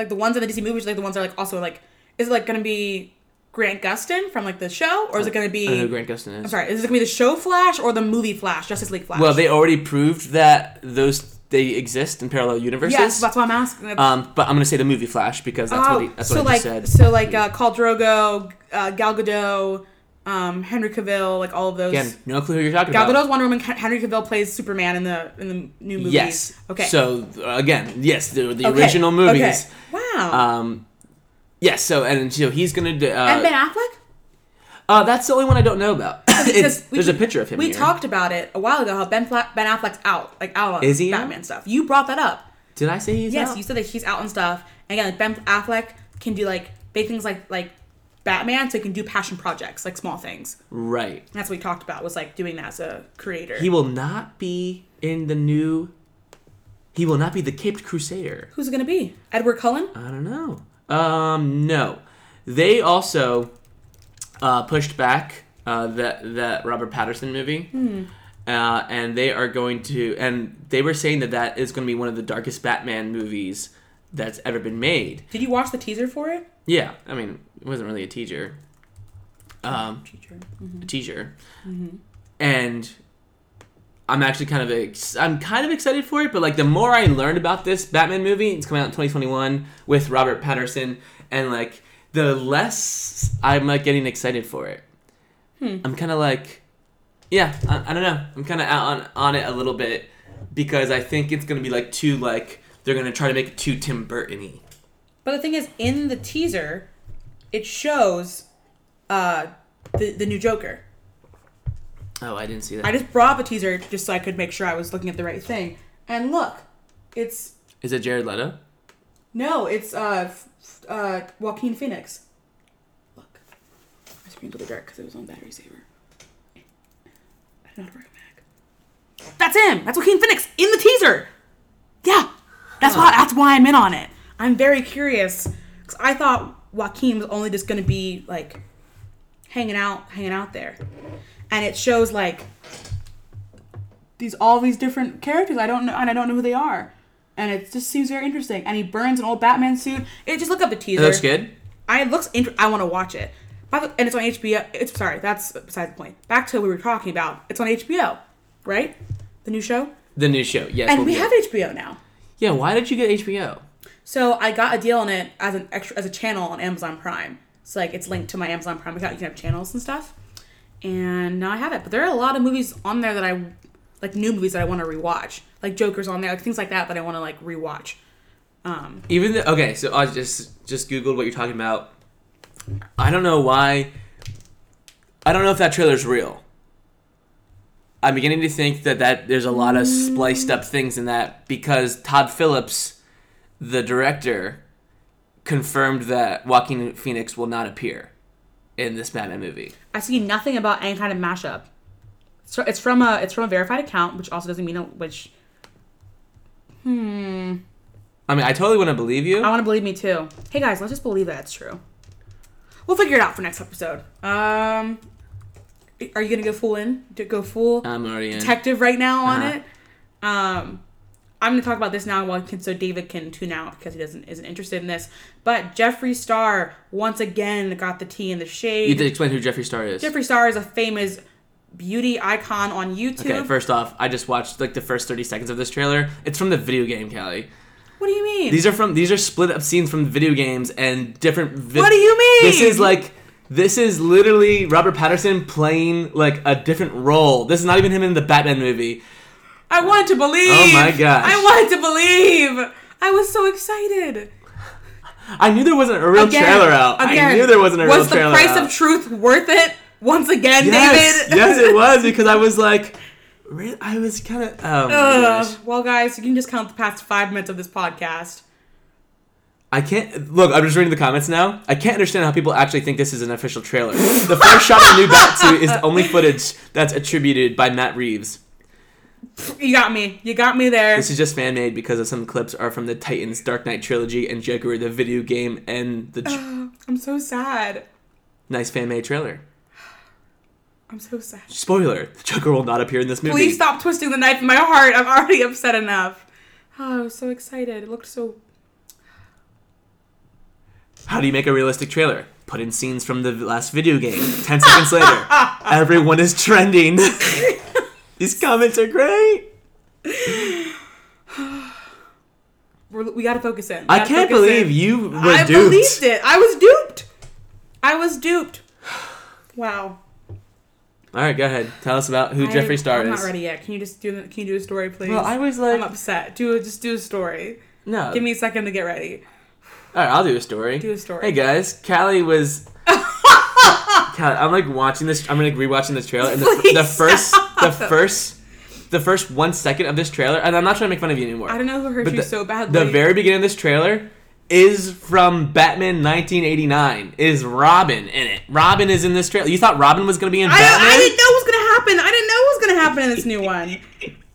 [SPEAKER 2] like the ones in the DC movies, like the ones that are like also like, is it like gonna be Grant Gustin from like the show, or is it gonna
[SPEAKER 1] I don't know who
[SPEAKER 2] be?
[SPEAKER 1] Uh, Grant Gustin
[SPEAKER 2] I'm
[SPEAKER 1] is.
[SPEAKER 2] sorry, is it gonna be the show Flash or the movie Flash, Justice League Flash?
[SPEAKER 1] Well, they already proved that those they exist in parallel universes.
[SPEAKER 2] yes, that's why I'm asking. That's,
[SPEAKER 1] um, but I'm gonna say the movie Flash because that's
[SPEAKER 2] oh,
[SPEAKER 1] what he, that's
[SPEAKER 2] so
[SPEAKER 1] what I
[SPEAKER 2] like
[SPEAKER 1] just said.
[SPEAKER 2] so like uh, Khal Drogo, uh, Gal Gadot, um, Henry Cavill, like all of those.
[SPEAKER 1] Again, no clue who you're talking
[SPEAKER 2] Gal
[SPEAKER 1] about.
[SPEAKER 2] Gadot's Wonder Woman. Hen- Henry Cavill plays Superman in the in the new movies.
[SPEAKER 1] Yes.
[SPEAKER 2] Okay.
[SPEAKER 1] So uh, again, yes, the, the
[SPEAKER 2] Okay,
[SPEAKER 1] original
[SPEAKER 2] okay.
[SPEAKER 1] movies.
[SPEAKER 2] Wow.
[SPEAKER 1] Um, yes. So and so he's gonna. do- Uh,
[SPEAKER 2] and Ben Affleck.
[SPEAKER 1] uh, that's the only one I don't know about. It's-
[SPEAKER 2] Because we-
[SPEAKER 1] there's a picture of him.
[SPEAKER 2] We
[SPEAKER 1] here.
[SPEAKER 2] talked about it a while ago. How Ben Fla- Ben Affleck's out, like out on
[SPEAKER 1] Is he
[SPEAKER 2] Batman
[SPEAKER 1] out?
[SPEAKER 2] stuff. You brought that up.
[SPEAKER 1] Did I say he's
[SPEAKER 2] Yes,
[SPEAKER 1] out?
[SPEAKER 2] you said that he's out and stuff. And again, like Ben Affleck can do like big things, like like Batman, so he can do passion projects, like small things. And
[SPEAKER 1] right.
[SPEAKER 2] that's what we talked about was like doing that as a creator.
[SPEAKER 1] He will not be in the new. He will not be the Caped Crusader.
[SPEAKER 2] Who's it gonna be? Edward Cullen?
[SPEAKER 1] I don't know. Um, no, they also uh, pushed back uh, that that Robert Patterson movie, uh, and they are going to and they were saying that that is going to be one of the darkest Batman movies that's ever been made.
[SPEAKER 2] Did you watch the teaser for it?
[SPEAKER 1] Yeah, I mean, it wasn't really a teaser, um,
[SPEAKER 2] Teaser.
[SPEAKER 1] a teaser,
[SPEAKER 2] Mm-hmm.
[SPEAKER 1] and I'm actually kind of ex- I'm kind of excited for it. But like the more I learned about this Batman movie, it's coming out in 2021 with Robert Patterson, and like the less I'm like getting excited for it.
[SPEAKER 2] Hmm.
[SPEAKER 1] I'm kind of like, yeah, I, I don't know. I'm kind of out on on it a little bit because I think it's gonna be like too like they're gonna try to make it too Tim Burton-y.
[SPEAKER 2] But the thing is, in the teaser, it shows uh, the the new Joker.
[SPEAKER 1] Oh, I didn't see that.
[SPEAKER 2] I just brought up a teaser just so I could make sure I was looking at the right thing. And look, it's
[SPEAKER 1] Is it Jared Leto?
[SPEAKER 2] no, it's uh, f- f- uh, Joaquin Phoenix. Look, my screen's a little dark because it was on battery saver. I don't know how to work a Mac. That's him. That's Joaquin Phoenix in the teaser. Yeah, that's why. That's why I'm in on it. I'm very curious because I thought Joaquin was only just gonna be like hanging out, hanging out there, and it shows like these all these different characters. I don't know, and I don't know who they are, and it just seems very interesting. And he burns an old Batman suit. It just look up the teaser.
[SPEAKER 1] It looks good.
[SPEAKER 2] I it looks. Int- I want to watch it. By the- and it's on HBO. It's sorry. That's beside the point. Back to what we were talking about. It's on HBO, right? The new show.
[SPEAKER 1] The new show, yes.
[SPEAKER 2] And
[SPEAKER 1] we'll
[SPEAKER 2] we
[SPEAKER 1] be-
[SPEAKER 2] have HBO now.
[SPEAKER 1] Yeah, why did you get HBO?
[SPEAKER 2] So I got a deal on it as an extra as a channel on Amazon Prime. So like it's linked to my Amazon Prime account. You can have channels and stuff. And now I have it. But there are a lot of movies on there that I like new movies that I want to rewatch. Like Joker's on there, like things like that that I want to like rewatch. Um,
[SPEAKER 1] Even the okay, so I just just googled what you're talking about. I don't know why. I don't know if that trailer's real. I'm beginning to think that that there's a lot of spliced up things in that because Todd Phillips, the director, confirmed that Joaquin Phoenix will not appear in this Batman movie.
[SPEAKER 2] I see nothing about any kind of mashup. So it's from a it's from a verified account, which also doesn't mean a- which
[SPEAKER 1] I mean, I totally want to believe you.
[SPEAKER 2] I want to believe me too. Hey guys, let's just believe that it's true. We'll figure it out for next episode. Um, are you gonna go full in? Do- Go full
[SPEAKER 1] I'm already in.
[SPEAKER 2] detective right now on
[SPEAKER 1] Uh-huh.
[SPEAKER 2] it. Um, I'm gonna talk about this now while can, so David can tune out because he doesn't isn't interested in this. But Jeffree Star once again got the tea in the shade.
[SPEAKER 1] you did explain who Jeffree Star is.
[SPEAKER 2] Jeffree Star is a famous beauty icon on YouTube.
[SPEAKER 1] Okay, first off, I just watched like the first 30 seconds of this trailer. It's from the video game, Callie.
[SPEAKER 2] what do you mean?
[SPEAKER 1] These are from these are split up scenes from video games and different vi-
[SPEAKER 2] What do you mean?
[SPEAKER 1] This is like this is literally Robert Patterson playing like a different role. This is not even him in the Batman movie.
[SPEAKER 2] I wanted to believe.
[SPEAKER 1] Oh my gosh.
[SPEAKER 2] I wanted to believe. I was so excited.
[SPEAKER 1] I knew there wasn't a real
[SPEAKER 2] Again,
[SPEAKER 1] trailer out. I
[SPEAKER 2] again,
[SPEAKER 1] knew there wasn't a real
[SPEAKER 2] was the
[SPEAKER 1] trailer
[SPEAKER 2] price
[SPEAKER 1] out.
[SPEAKER 2] of truth worth it? Once again,
[SPEAKER 1] yes,
[SPEAKER 2] David.
[SPEAKER 1] yes, it was because I was like re- I was kind of oh my
[SPEAKER 2] Ugh.
[SPEAKER 1] gosh.
[SPEAKER 2] well, guys, you can just count the past five minutes of this podcast.
[SPEAKER 1] I can't look. I'm just reading the comments now. I can't understand how people actually think this is an official trailer. The first shot of the new Batsuit is the only footage that's attributed by Matt Reeves.
[SPEAKER 2] You got me. You got me there.
[SPEAKER 1] This is just fan made because of some clips are from the Titans Dark Knight trilogy and Joker the video game and the tr-
[SPEAKER 2] I'm so sad.
[SPEAKER 1] nice fan made trailer.
[SPEAKER 2] I'm so sad.
[SPEAKER 1] Spoiler: the Joker will not appear in this movie.
[SPEAKER 2] Please stop twisting the knife in my heart. I'm already upset enough. Oh, I was so excited. It looked so.
[SPEAKER 1] How do you make a realistic trailer? Put in scenes from the last video game. Ten seconds later, everyone is trending. These comments are great.
[SPEAKER 2] We're, we got to focus in. We
[SPEAKER 1] I
[SPEAKER 2] gotta
[SPEAKER 1] can't
[SPEAKER 2] focus in.
[SPEAKER 1] believe you were
[SPEAKER 2] I
[SPEAKER 1] duped.
[SPEAKER 2] believed it. I was duped. I was duped. Wow.
[SPEAKER 1] All right, go ahead. Tell us about who Jeffree Star
[SPEAKER 2] I'm
[SPEAKER 1] is.
[SPEAKER 2] not ready yet. Can you just do? the- Can you do a story, please?
[SPEAKER 1] Well, I was like,
[SPEAKER 2] I'm upset. Do a, just do a story.
[SPEAKER 1] no.
[SPEAKER 2] Give me a second to get ready.
[SPEAKER 1] All right, I'll do a story.
[SPEAKER 2] Do a story.
[SPEAKER 1] Hey guys, Callie was. Callie, I'm like watching this. I'm like rewatching this trailer, and the,
[SPEAKER 2] Please
[SPEAKER 1] the first, the first, the first one second of this trailer, and I'm not trying to make fun of you anymore.
[SPEAKER 2] I don't know who hurt
[SPEAKER 1] But
[SPEAKER 2] you
[SPEAKER 1] the-
[SPEAKER 2] so badly.
[SPEAKER 1] The very beginning of this trailer is from Batman 1989. Is Robin in it? Robin is in this trailer. You thought Robin was gonna be in
[SPEAKER 2] I,
[SPEAKER 1] Batman?
[SPEAKER 2] I didn't know what was gonna happen. I didn't know what was gonna happen in this new one.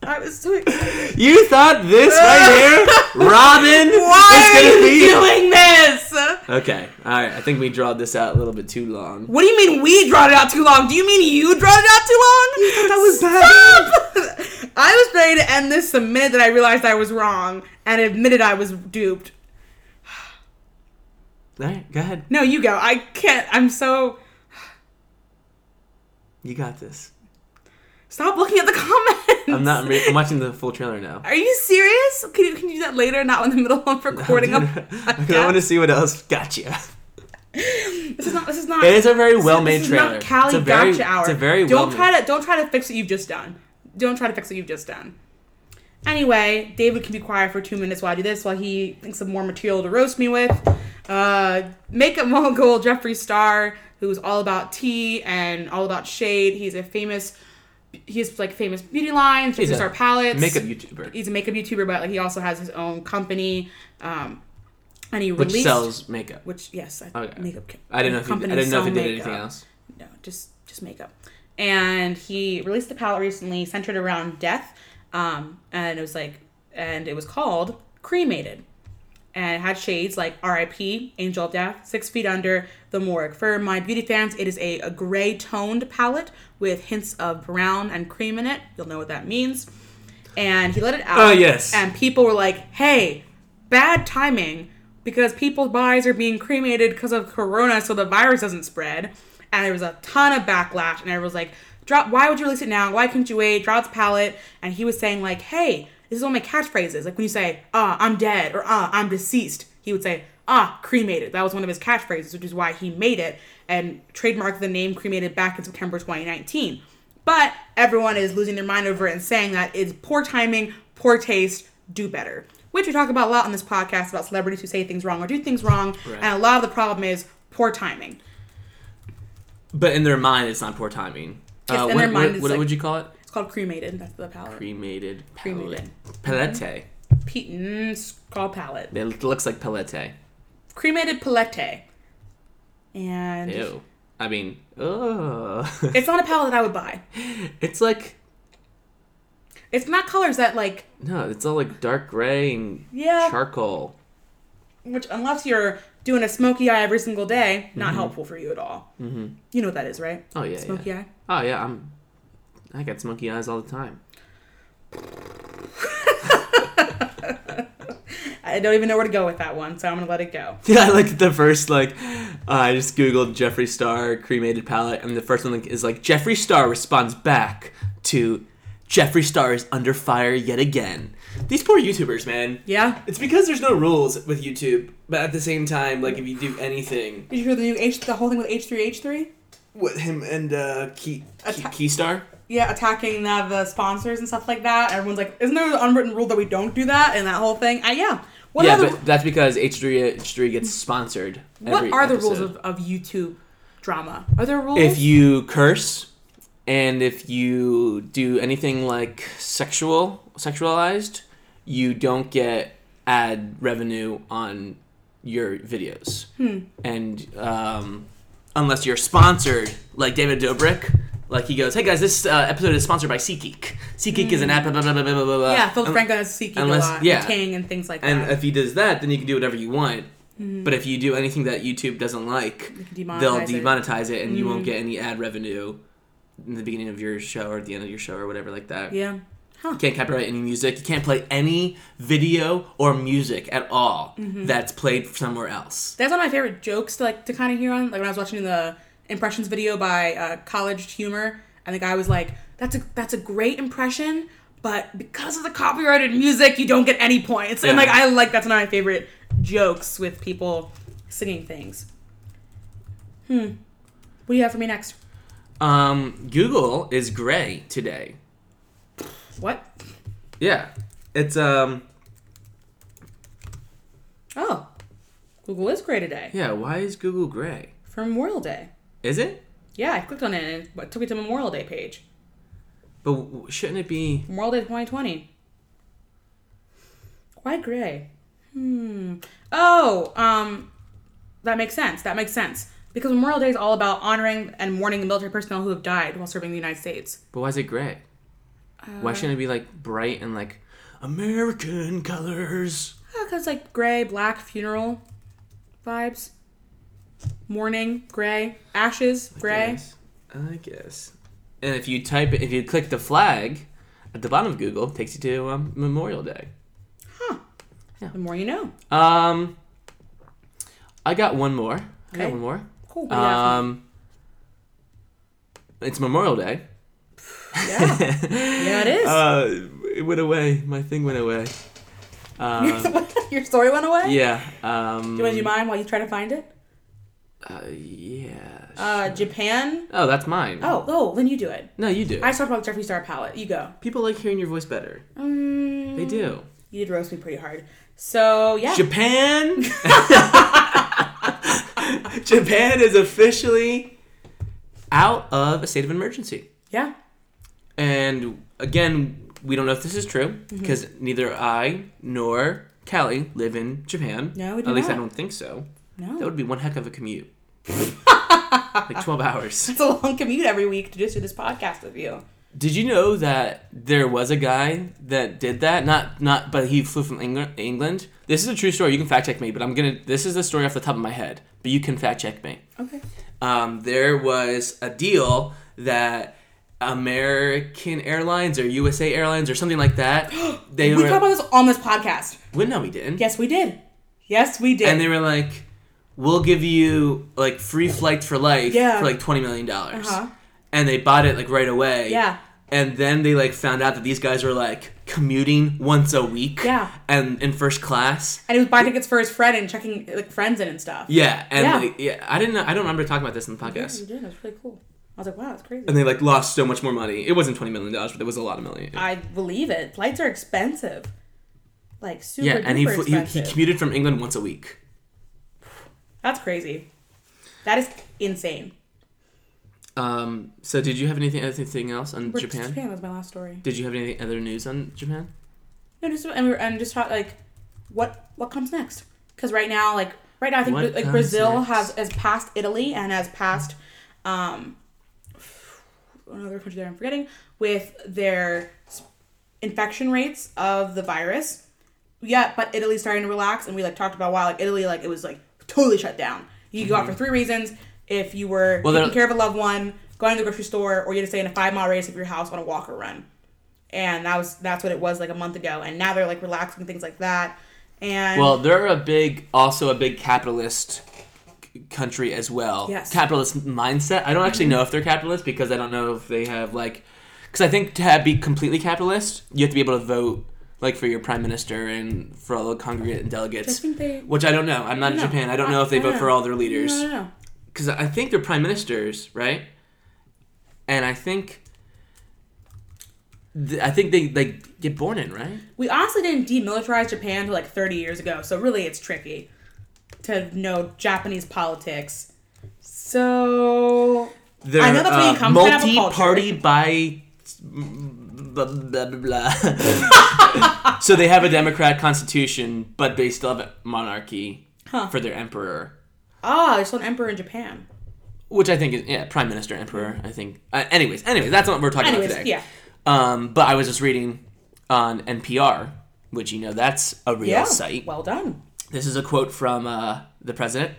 [SPEAKER 2] I was so excited.
[SPEAKER 1] You thought this right here, Robin,
[SPEAKER 2] Why are
[SPEAKER 1] is
[SPEAKER 2] you
[SPEAKER 1] gonna be
[SPEAKER 2] doing this?
[SPEAKER 1] Okay, all right. I think we drawed this out a little bit too long.
[SPEAKER 2] What do you mean we drawed it out too long? Do you mean you drawed it out too long? That was bad. Stop! I was ready to end this the minute that I realized I was wrong and admitted I was duped.
[SPEAKER 1] All right, go ahead.
[SPEAKER 2] No, you go. I can't. I'm so.
[SPEAKER 1] You got this.
[SPEAKER 2] Stop looking at the comments.
[SPEAKER 1] I'm not. Re- I'm watching the full trailer now.
[SPEAKER 2] Are you serious? Can you, can you do that later? Not in the middle of recording a
[SPEAKER 1] I want to see what else got you.
[SPEAKER 2] This is not. This is not.
[SPEAKER 1] It is a very
[SPEAKER 2] this
[SPEAKER 1] well-made
[SPEAKER 2] this
[SPEAKER 1] trailer.
[SPEAKER 2] Is not Cali
[SPEAKER 1] It's a very-
[SPEAKER 2] gotcha hour.
[SPEAKER 1] it's a very
[SPEAKER 2] Don't
[SPEAKER 1] well-made-
[SPEAKER 2] try to. Don't try to fix what you've just done. Don't try to fix what you've just done. Anyway, David can be quiet for two minutes while I do this, while he thinks of more material to roast me with. Uh, makeup mogul Jeffree Star, who's all about tea and all about shade. He's a famous. He's like famous beauty lines, Jeffree
[SPEAKER 1] a
[SPEAKER 2] Star palettes.
[SPEAKER 1] Makeup YouTuber,
[SPEAKER 2] He's a makeup YouTuber, but like he also has his own company. Um, and he
[SPEAKER 1] which
[SPEAKER 2] released
[SPEAKER 1] sells makeup.
[SPEAKER 2] which yes, I,
[SPEAKER 1] Okay.
[SPEAKER 2] makeup. co-
[SPEAKER 1] I didn't know if he, I
[SPEAKER 2] companies
[SPEAKER 1] didn't know
[SPEAKER 2] sell
[SPEAKER 1] if he did
[SPEAKER 2] makeup.
[SPEAKER 1] anything else.
[SPEAKER 2] No, just just makeup. And he released a palette recently centered around death, um, and it was like, and it was called Cremated, and it had shades like R.I.P., Angel of Death, Six Feet Under, The Morgue. For my beauty fans, it is a, a gray toned palette with hints of brown and cream in it. You'll know what that means. And he let it out.
[SPEAKER 1] Oh, yes.
[SPEAKER 2] And people were like, "Hey, bad timing because people's bodies are being cremated because of corona so the virus doesn't spread and there was a ton of backlash and everyone was like drop why would you release it now why couldn't you wait draw its palette and he was saying like hey this is all my catchphrases like when you say ah i'm dead or ah i'm deceased he would say ah cremated that was one of his catchphrases which is why he made it and trademarked the name cremated back in september 2019 but everyone is losing their mind over it and saying that it's poor timing, poor taste, do better. Which we talk about a lot on this podcast about celebrities who say things wrong or do things wrong.
[SPEAKER 1] Right.
[SPEAKER 2] And a lot of the problem is poor timing.
[SPEAKER 1] But in their mind, it's not poor timing.
[SPEAKER 2] Yes,
[SPEAKER 1] uh,
[SPEAKER 2] in
[SPEAKER 1] what,
[SPEAKER 2] their mind,
[SPEAKER 1] what,
[SPEAKER 2] it's
[SPEAKER 1] what
[SPEAKER 2] like-
[SPEAKER 1] would you call it?
[SPEAKER 2] It's called cremated. That's the palette.
[SPEAKER 1] Cremated palette.
[SPEAKER 2] Cremated.
[SPEAKER 1] Pelete.
[SPEAKER 2] Pe- mm, it's called palette.
[SPEAKER 1] It looks like pelete.
[SPEAKER 2] Cremated palette. And
[SPEAKER 1] Ew. I mean, ugh.
[SPEAKER 2] it's not a palette that I would buy.
[SPEAKER 1] it's like
[SPEAKER 2] It's not colors that like
[SPEAKER 1] no, it's all like dark gray and
[SPEAKER 2] Yeah.
[SPEAKER 1] charcoal.
[SPEAKER 2] which unless you're doing a smoky eye every single day, not helpful for you at all. Mm-hmm. You know what that is, right?
[SPEAKER 1] Oh yeah,
[SPEAKER 2] Smoky
[SPEAKER 1] yeah.
[SPEAKER 2] eye.
[SPEAKER 1] Oh yeah, I'm. I got smoky eyes all the time.
[SPEAKER 2] I don't even know where to go with that one, so I'm gonna let it go.
[SPEAKER 1] Yeah, I like the first like uh, I just googled Jeffree Star cremated palette, and the first one is like Jeffree Star responds back to Jeffree Star is under fire yet again. These poor YouTubers, man.
[SPEAKER 2] Yeah.
[SPEAKER 1] It's because there's no rules with YouTube, but at the same time, like if you do anything,
[SPEAKER 2] Did you hear the new H? The whole thing with H three H three?
[SPEAKER 1] with him and uh, Key Key,
[SPEAKER 2] Atta-
[SPEAKER 1] Keystar.
[SPEAKER 2] Yeah, attacking uh, the sponsors and stuff like that. Everyone's like, "Isn't there an unwritten rule that we don't do that?" And that whole thing. Uh, yeah. What
[SPEAKER 1] Yeah,
[SPEAKER 2] are the,
[SPEAKER 1] but that's because H3 H3 gets sponsored.
[SPEAKER 2] what
[SPEAKER 1] every
[SPEAKER 2] are the
[SPEAKER 1] episode.
[SPEAKER 2] rules of, of YouTube drama? Are there rules?
[SPEAKER 1] if you curse and if you do anything like sexual sexualized you don't get ad revenue on your videos and um, unless you're sponsored like david dobrik like he goes hey guys this uh, episode is sponsored by seekeek seekeek is an app blah, blah, blah, blah, blah, blah. Um,
[SPEAKER 2] yeah, Phil
[SPEAKER 1] uh, Un-
[SPEAKER 2] Franco has Seeking
[SPEAKER 1] unless-
[SPEAKER 2] a lot,
[SPEAKER 1] yeah.
[SPEAKER 2] King and things like
[SPEAKER 1] and
[SPEAKER 2] that.
[SPEAKER 1] if he does that then you can do whatever you want but if you do anything that youtube doesn't like
[SPEAKER 2] Mm-hmm. can demonetize
[SPEAKER 1] they'll
[SPEAKER 2] it. Mm-hmm.
[SPEAKER 1] demonetize it and you won't get any ad revenue in the beginning of your show or at the end of your show or whatever like that
[SPEAKER 2] yeah.
[SPEAKER 1] you can't copyright any music you can't play any video or music at all
[SPEAKER 2] Mm-hmm.
[SPEAKER 1] that's played somewhere else
[SPEAKER 2] That's one of my favorite jokes to like to kind of hear on. Like when I was watching the impressions video by uh, College Humor, and the guy was like, "That's a that's a great impression, but because of the copyrighted music, you don't get any points." And
[SPEAKER 1] Yeah.
[SPEAKER 2] like I like that's one of my favorite jokes with people singing things. Hmm. What do you have for me next?
[SPEAKER 1] um, google is gray today
[SPEAKER 2] What?
[SPEAKER 1] yeah it's um
[SPEAKER 2] Oh, Google is gray today
[SPEAKER 1] yeah why is google gray
[SPEAKER 2] for Memorial Day.
[SPEAKER 1] is it
[SPEAKER 2] Yeah, I clicked on it and it took me to Memorial Day page.
[SPEAKER 1] but w- shouldn't it be
[SPEAKER 2] Memorial Day 2020. Why gray? Hmm. Oh, um, that makes sense. That makes sense. Because Memorial Day is all about honoring and mourning the military personnel who have died while serving the United States.
[SPEAKER 1] but why is it gray Why shouldn't it be like bright and like American colors?
[SPEAKER 2] because Ah, like gray, black funeral vibes. Mourning, gray. Ashes, gray.
[SPEAKER 1] Yes, I guess. And if you type it, if you click the flag at the bottom of Google, it takes you to um, Memorial Day.
[SPEAKER 2] The more you know.
[SPEAKER 1] Um, I got one more. I
[SPEAKER 2] Okay.
[SPEAKER 1] got one more.
[SPEAKER 2] Cool. What do you got for me?
[SPEAKER 1] Um, it's Memorial Day.
[SPEAKER 2] yeah. yeah, it is.
[SPEAKER 1] Uh, it went away. My thing went away. Um,
[SPEAKER 2] Your story went away?
[SPEAKER 1] yeah. Um,
[SPEAKER 2] Do you want to do mine while you try to find it?
[SPEAKER 1] uh, yeah.
[SPEAKER 2] Uh, Japan.
[SPEAKER 1] oh, that's mine.
[SPEAKER 2] Oh, oh, then you do it.
[SPEAKER 1] No, you do.
[SPEAKER 2] I just talked about Jeffree Star palette. You go.
[SPEAKER 1] People like hearing your voice better.
[SPEAKER 2] Mm,
[SPEAKER 1] They do.
[SPEAKER 2] You did roast me pretty hard. So, yeah.
[SPEAKER 1] Japan. Japan is officially out of a state of emergency.
[SPEAKER 2] yeah.
[SPEAKER 1] And again, we don't know if this is true
[SPEAKER 2] Mm-hmm.
[SPEAKER 1] because neither I nor Callie live in Japan.
[SPEAKER 2] No, we do
[SPEAKER 1] At least I
[SPEAKER 2] not.
[SPEAKER 1] don't think so. That
[SPEAKER 2] No.
[SPEAKER 1] would be one heck of a commute. like 12 hours.
[SPEAKER 2] It's a long commute every week to just do this podcast with you.
[SPEAKER 1] Did you know that there was a guy that did that? Not not but he flew from England England. This is a true story. You can fact check me, but I'm going to this is the story off the top of my head, but you can fact check me.
[SPEAKER 2] Okay.
[SPEAKER 1] um, there was a deal that American Airlines or USA Airlines or something like that. They
[SPEAKER 2] We
[SPEAKER 1] were
[SPEAKER 2] talked about this on this podcast.
[SPEAKER 1] well, no, we didn't.
[SPEAKER 2] Yes, we did. Yes, we did.
[SPEAKER 1] And they were like, "We'll give you like free flights for life
[SPEAKER 2] Yeah.
[SPEAKER 1] for like twenty million dollars,"
[SPEAKER 2] Uh-huh.
[SPEAKER 1] and they bought it like right away.
[SPEAKER 2] Yeah.
[SPEAKER 1] And then they like found out that these guys were like commuting once a week.
[SPEAKER 2] Yeah.
[SPEAKER 1] And in first class.
[SPEAKER 2] and he was buying tickets for his friend and checking like friends in and stuff.
[SPEAKER 1] Yeah. And
[SPEAKER 2] Yeah.
[SPEAKER 1] like yeah, I didn't. know- I don't remember talking about this in the podcast.
[SPEAKER 2] You did. That's pretty cool. I was like, wow, that's crazy.
[SPEAKER 1] And they like lost so much more money. It wasn't twenty million dollars, but it was a lot of million.
[SPEAKER 2] I believe it. Flights are expensive. Like super
[SPEAKER 1] Yeah, and he,
[SPEAKER 2] duper
[SPEAKER 1] flew, he he
[SPEAKER 2] expensive.
[SPEAKER 1] commuted from England once a week.
[SPEAKER 2] That's crazy. That is insane.
[SPEAKER 1] Um, so did you have anything anything else on
[SPEAKER 2] We're-
[SPEAKER 1] Japan?
[SPEAKER 2] Japan was my last story.
[SPEAKER 1] Did you have any other news on Japan?
[SPEAKER 2] No, just and we were, and just talk like what what comes next? Because right now, like right now, I think
[SPEAKER 1] What
[SPEAKER 2] like
[SPEAKER 1] comes
[SPEAKER 2] Brazil
[SPEAKER 1] next?
[SPEAKER 2] has has passed Italy and has passed um another country that I'm forgetting with their s- infection rates of the virus. Yeah, but Italy's starting to relax, and we like talked about why like Italy like it was like totally shut down. You could go out for three reasons: if you were
[SPEAKER 1] Mm-hmm. Well,
[SPEAKER 2] taking
[SPEAKER 1] they're-
[SPEAKER 2] care of a loved one, going to the grocery store, or you had to stay in a five mile radius of your house on a walk or run and that was that's what it was like a month ago and now they're like relaxing things like that and
[SPEAKER 1] Well, they're a big, also a big capitalist c- country as well.
[SPEAKER 2] Yes. Mm-hmm.
[SPEAKER 1] Capitalist mindset. I don't actually know if they're capitalist because I don't know if they have like, because I think to have, be completely capitalist, you have to be able to vote like for your prime minister and for all the congregate and delegates.
[SPEAKER 2] think they-
[SPEAKER 1] which I don't know. I'm not in
[SPEAKER 2] No.
[SPEAKER 1] Japan. I don't know if they
[SPEAKER 2] I- I
[SPEAKER 1] vote
[SPEAKER 2] don't
[SPEAKER 1] for
[SPEAKER 2] know.
[SPEAKER 1] all their leaders.
[SPEAKER 2] no, no, no.
[SPEAKER 1] because I think they're prime ministers, right? And I think, th- I think they they get born in, right?
[SPEAKER 2] we honestly didn't demilitarize japan until like 30 years ago so really it's tricky to know japanese politics so
[SPEAKER 1] They're, uh,
[SPEAKER 2] know that's where you come from, have a culture.
[SPEAKER 1] multi-party by blah blah blah. blah. so they have a democrat constitution, but they still have a monarchy
[SPEAKER 2] Huh.
[SPEAKER 1] for their emperor,
[SPEAKER 2] ah there's still an emperor in japan
[SPEAKER 1] which I think is yeah, prime minister emperor. I think. Uh, anyways, anyways, that's not what we're talking
[SPEAKER 2] anyways
[SPEAKER 1] about today.
[SPEAKER 2] yeah
[SPEAKER 1] Um, but I was just reading on NPR, which you know that's a real
[SPEAKER 2] yeah
[SPEAKER 1] site.
[SPEAKER 2] well done
[SPEAKER 1] This is a quote from uh, the president.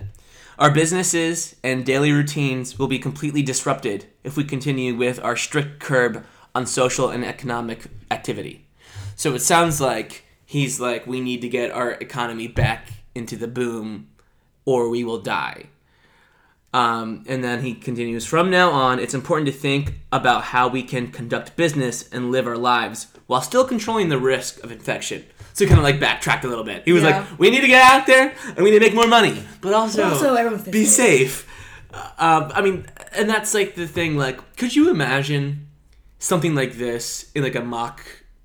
[SPEAKER 1] Our businesses and daily routines will be completely disrupted if we continue with our strict curb on social and economic activity. So it sounds like he's like, we need to get our economy back into the boom or we will die. Um, and then he continues From now on, it's important to think about how we can conduct business and live our lives while still controlling the risk of infection. So he kind of like backtracked a little bit. He was
[SPEAKER 2] Yeah.
[SPEAKER 1] like, we need to get out there and we need to make more money, but also,
[SPEAKER 2] But also everyone's
[SPEAKER 1] be safe. Um, I mean, and that's like the thing. Like, could you imagine something like this in like a mock,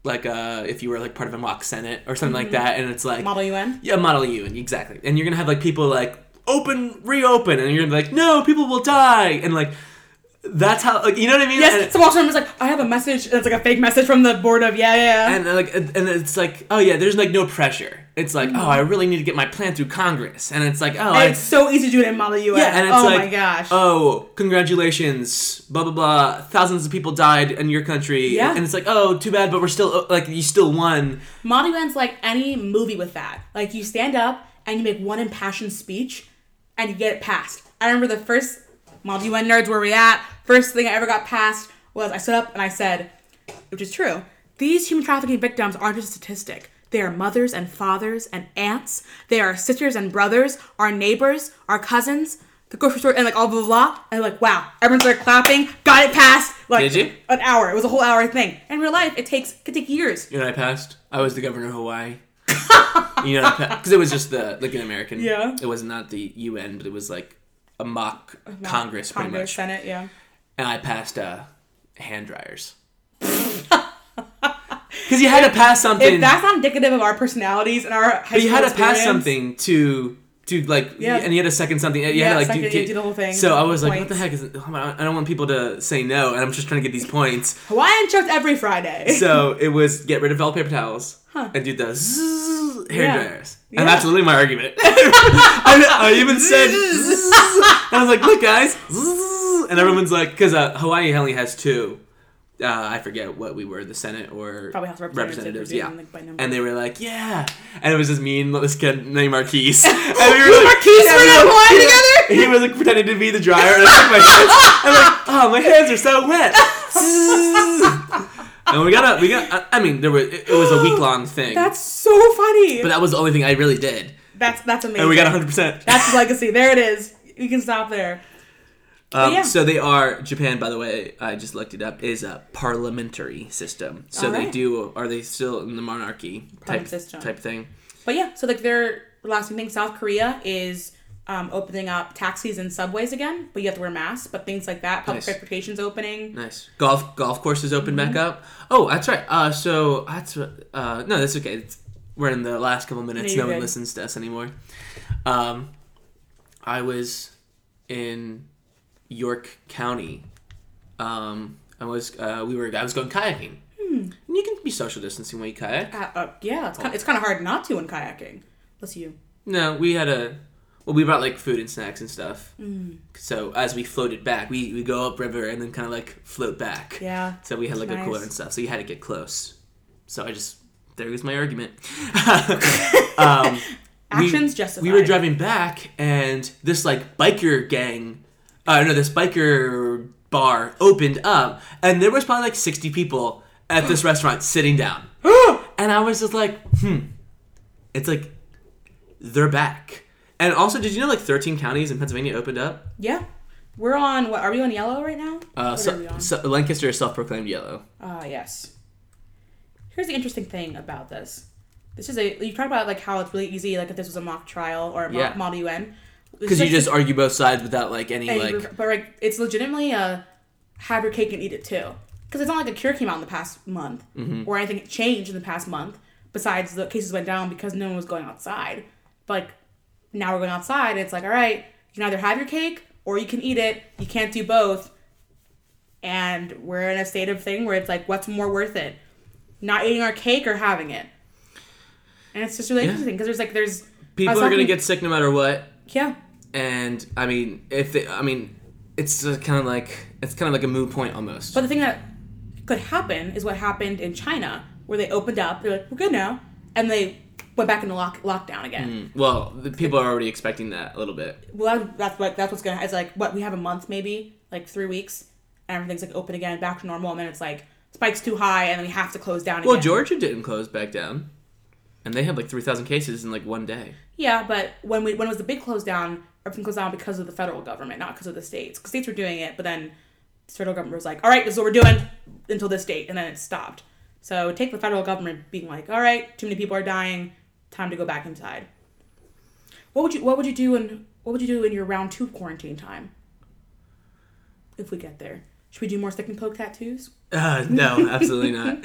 [SPEAKER 1] like uh, if you were like part of a mock senate or something like that, and it's like
[SPEAKER 2] Mm-hmm. model un
[SPEAKER 1] yeah, Model U, and exactly. And you're gonna have like people like open, reopen, and you're gonna be like, no, people will die, and like That's how like you know what I mean.
[SPEAKER 2] Yes,
[SPEAKER 1] And-
[SPEAKER 2] so Walter Mertyn's like, I have a message, and it's like a fake message from the board of yeah, yeah. yeah.
[SPEAKER 1] and uh, like and it's like oh yeah there's like no pressure it's like oh i really need to get my plan through congress and it's like oh
[SPEAKER 2] Mm-hmm. And
[SPEAKER 1] I,
[SPEAKER 2] it's so easy to do it in Mala U.S.
[SPEAKER 1] yeah and it's
[SPEAKER 2] oh
[SPEAKER 1] like
[SPEAKER 2] my gosh.
[SPEAKER 1] oh congratulations blah blah blah thousands of people died in your country
[SPEAKER 2] Yeah.
[SPEAKER 1] and it's like oh too bad but we're still uh, like you still won
[SPEAKER 2] Mala U's like any movie with that. Like you stand up and you make one impassioned speech, and you get it passed. I remember the first Mala UN nerds where we at. First thing I ever got passed was I stood up and I said, which is true. These human trafficking victims aren't just a statistic. They are mothers and fathers and aunts. They are sisters and brothers, our neighbors, our cousins, the grocery store, and like all blah blah. blah. And like, wow, everyone started clapping, got it passed. Like
[SPEAKER 1] Did you?
[SPEAKER 2] an hour. It was a whole hour thing. In real life, it takes it could take years.
[SPEAKER 1] you know what i passed i was the governor of hawaii you know because it was just the like an american
[SPEAKER 2] Yeah.
[SPEAKER 1] it was not the un but it was like a mock congress pretty
[SPEAKER 2] Congress,
[SPEAKER 1] much
[SPEAKER 2] Senate, yeah.
[SPEAKER 1] and I passed uh, hand dryers. Because you had to pass something.
[SPEAKER 2] If that's not indicative of our personalities and our high
[SPEAKER 1] you had
[SPEAKER 2] school
[SPEAKER 1] to pass
[SPEAKER 2] experience-
[SPEAKER 1] something to to like,
[SPEAKER 2] Yeah.
[SPEAKER 1] and you had to second something. You
[SPEAKER 2] Yeah,
[SPEAKER 1] had to like
[SPEAKER 2] second,
[SPEAKER 1] do,
[SPEAKER 2] you do the whole thing,
[SPEAKER 1] So I was like, what
[SPEAKER 2] points.
[SPEAKER 1] the heck is? I don't want people to say no, and I'm just trying to get these points.
[SPEAKER 2] Hawaiian choked every Friday.
[SPEAKER 1] so it was get rid of all paper towels and do the zzz hair
[SPEAKER 2] Yeah.
[SPEAKER 1] dryers. And
[SPEAKER 2] Yeah.
[SPEAKER 1] that's literally my argument. I, I even said, zzz. and I was like, look, guys, zzz. and everyone's like, because uh, Hawaii only has two. Uh, I forget what we were, the Senate or
[SPEAKER 2] Probably House of Representatives,
[SPEAKER 1] yeah.
[SPEAKER 2] like, by number.
[SPEAKER 1] and they were like, yeah. And it was just me and this kid named Marquise. And we were like,
[SPEAKER 2] Marquise, we're not
[SPEAKER 1] everyone-
[SPEAKER 2] going
[SPEAKER 1] he was-
[SPEAKER 2] together?
[SPEAKER 1] He was like pretending to be the dryer, and I took my hands. I'm like, oh, my hands are so wet. and we got a, we got. I- I mean, there were. It, it was a week long thing.
[SPEAKER 2] That's so funny.
[SPEAKER 1] but that was the only thing I really did,
[SPEAKER 2] that's that's amazing.
[SPEAKER 1] and we got 100. percent
[SPEAKER 2] That's legacy. There it is. You can stop there.
[SPEAKER 1] um,
[SPEAKER 2] yeah.
[SPEAKER 1] So they are Japan, by the way. I just looked it up. Is a parliamentary system. So they
[SPEAKER 2] Alright.
[SPEAKER 1] do. Are they still in the monarchy type
[SPEAKER 2] Parliament system.
[SPEAKER 1] type thing?
[SPEAKER 2] But yeah, so like their last thing, South Korea is um, opening up taxis and subways again, but you have to wear masks. But things like that, public
[SPEAKER 1] Nice.
[SPEAKER 2] transportation's opening.
[SPEAKER 1] Nice. Golf golf courses open
[SPEAKER 2] Mm-hmm.
[SPEAKER 1] back up. Oh, that's right. Uh, so that's what- uh, no, that's okay. It's, we're in the last couple
[SPEAKER 2] No,
[SPEAKER 1] minutes. No,
[SPEAKER 2] you're
[SPEAKER 1] one
[SPEAKER 2] good.
[SPEAKER 1] listens to us anymore. Um, I was in York County. Um, I was uh, we were I was going kayaking.
[SPEAKER 2] Hmm.
[SPEAKER 1] And you can be social distancing while you kayak.
[SPEAKER 2] Uh, uh, yeah, it's kind of, it's kind of hard not to in kayaking. Bless you.
[SPEAKER 1] No, we had a well, we brought like food and snacks and stuff.
[SPEAKER 2] Hmm.
[SPEAKER 1] Mm. So as we floated back, we we go up river and then kind of like float back.
[SPEAKER 2] Yeah.
[SPEAKER 1] So we had like a
[SPEAKER 2] Nice.
[SPEAKER 1] cooler and stuff. So you had to get close. So I just there was my argument. um, we-
[SPEAKER 2] Actions justified.
[SPEAKER 1] We were driving back, and this like biker gang, uh, no, this biker bar opened up, and there was probably like sixty people at this restaurant sitting down, and I was just like, hmm, it's like they're back. And also, did you know like thirteen counties in Pennsylvania opened up?
[SPEAKER 2] Yeah. We're on what? Are we on yellow right now?
[SPEAKER 1] Uh,
[SPEAKER 2] What are we
[SPEAKER 1] so,
[SPEAKER 2] on?
[SPEAKER 1] so Lancaster is self-proclaimed yellow.
[SPEAKER 2] Ah, yes. Here's the interesting thing about this. This is a you talk about like how it's really easy. Like if this was a mock trial or a mock
[SPEAKER 1] Yeah.
[SPEAKER 2] model UN,
[SPEAKER 1] Because you just argue both sides without like any like
[SPEAKER 2] but like it's legitimately a have your cake and eat it too. Because it's not like a cure came out in the past month
[SPEAKER 1] Mm-hmm.
[SPEAKER 2] or anything changed in the past month. Besides the cases went down because no one was going outside. But like now we're going outside. And it's like all right, you can either have your cake or you can eat it. You can't do both. And we're in a state of thing where it's like, what's more worth it? Not eating our cake or having it? And it's just really interesting because there's like there's
[SPEAKER 1] people
[SPEAKER 2] I
[SPEAKER 1] are
[SPEAKER 2] was
[SPEAKER 1] gonna
[SPEAKER 2] talking-
[SPEAKER 1] get sick no matter what.
[SPEAKER 2] yeah
[SPEAKER 1] and I mean, if they, I mean, it's kind of like it's kind of like a moot point almost.
[SPEAKER 2] But the thing that could happen is what happened in China, where they opened up, they're like, we're good now, and they went back into lock, lockdown again.
[SPEAKER 1] well, the people are already expecting that a little bit.
[SPEAKER 2] Well, that, that's what that's what's gonna. It's like what we have a month, maybe like three weeks, and everything's like open again, back to normal, and then it's like spikes too high, and then we have to close down.
[SPEAKER 1] Well,
[SPEAKER 2] again.
[SPEAKER 1] Georgia didn't close back down, and they had like three thousand cases in like one day.
[SPEAKER 2] Yeah, but when we when it was the big close down, everything closed down because of the federal government, not because of the states. Because states were doing it, but then the federal government was like, "All right, this is what we're doing until this date," and then it stopped. So take the federal government being like, "All right, too many people are dying, time to go back inside." What would you What would you do in What would you do in your round two quarantine time? If we get there, should we do more stick and poke tattoos?
[SPEAKER 1] Uh, no, absolutely not.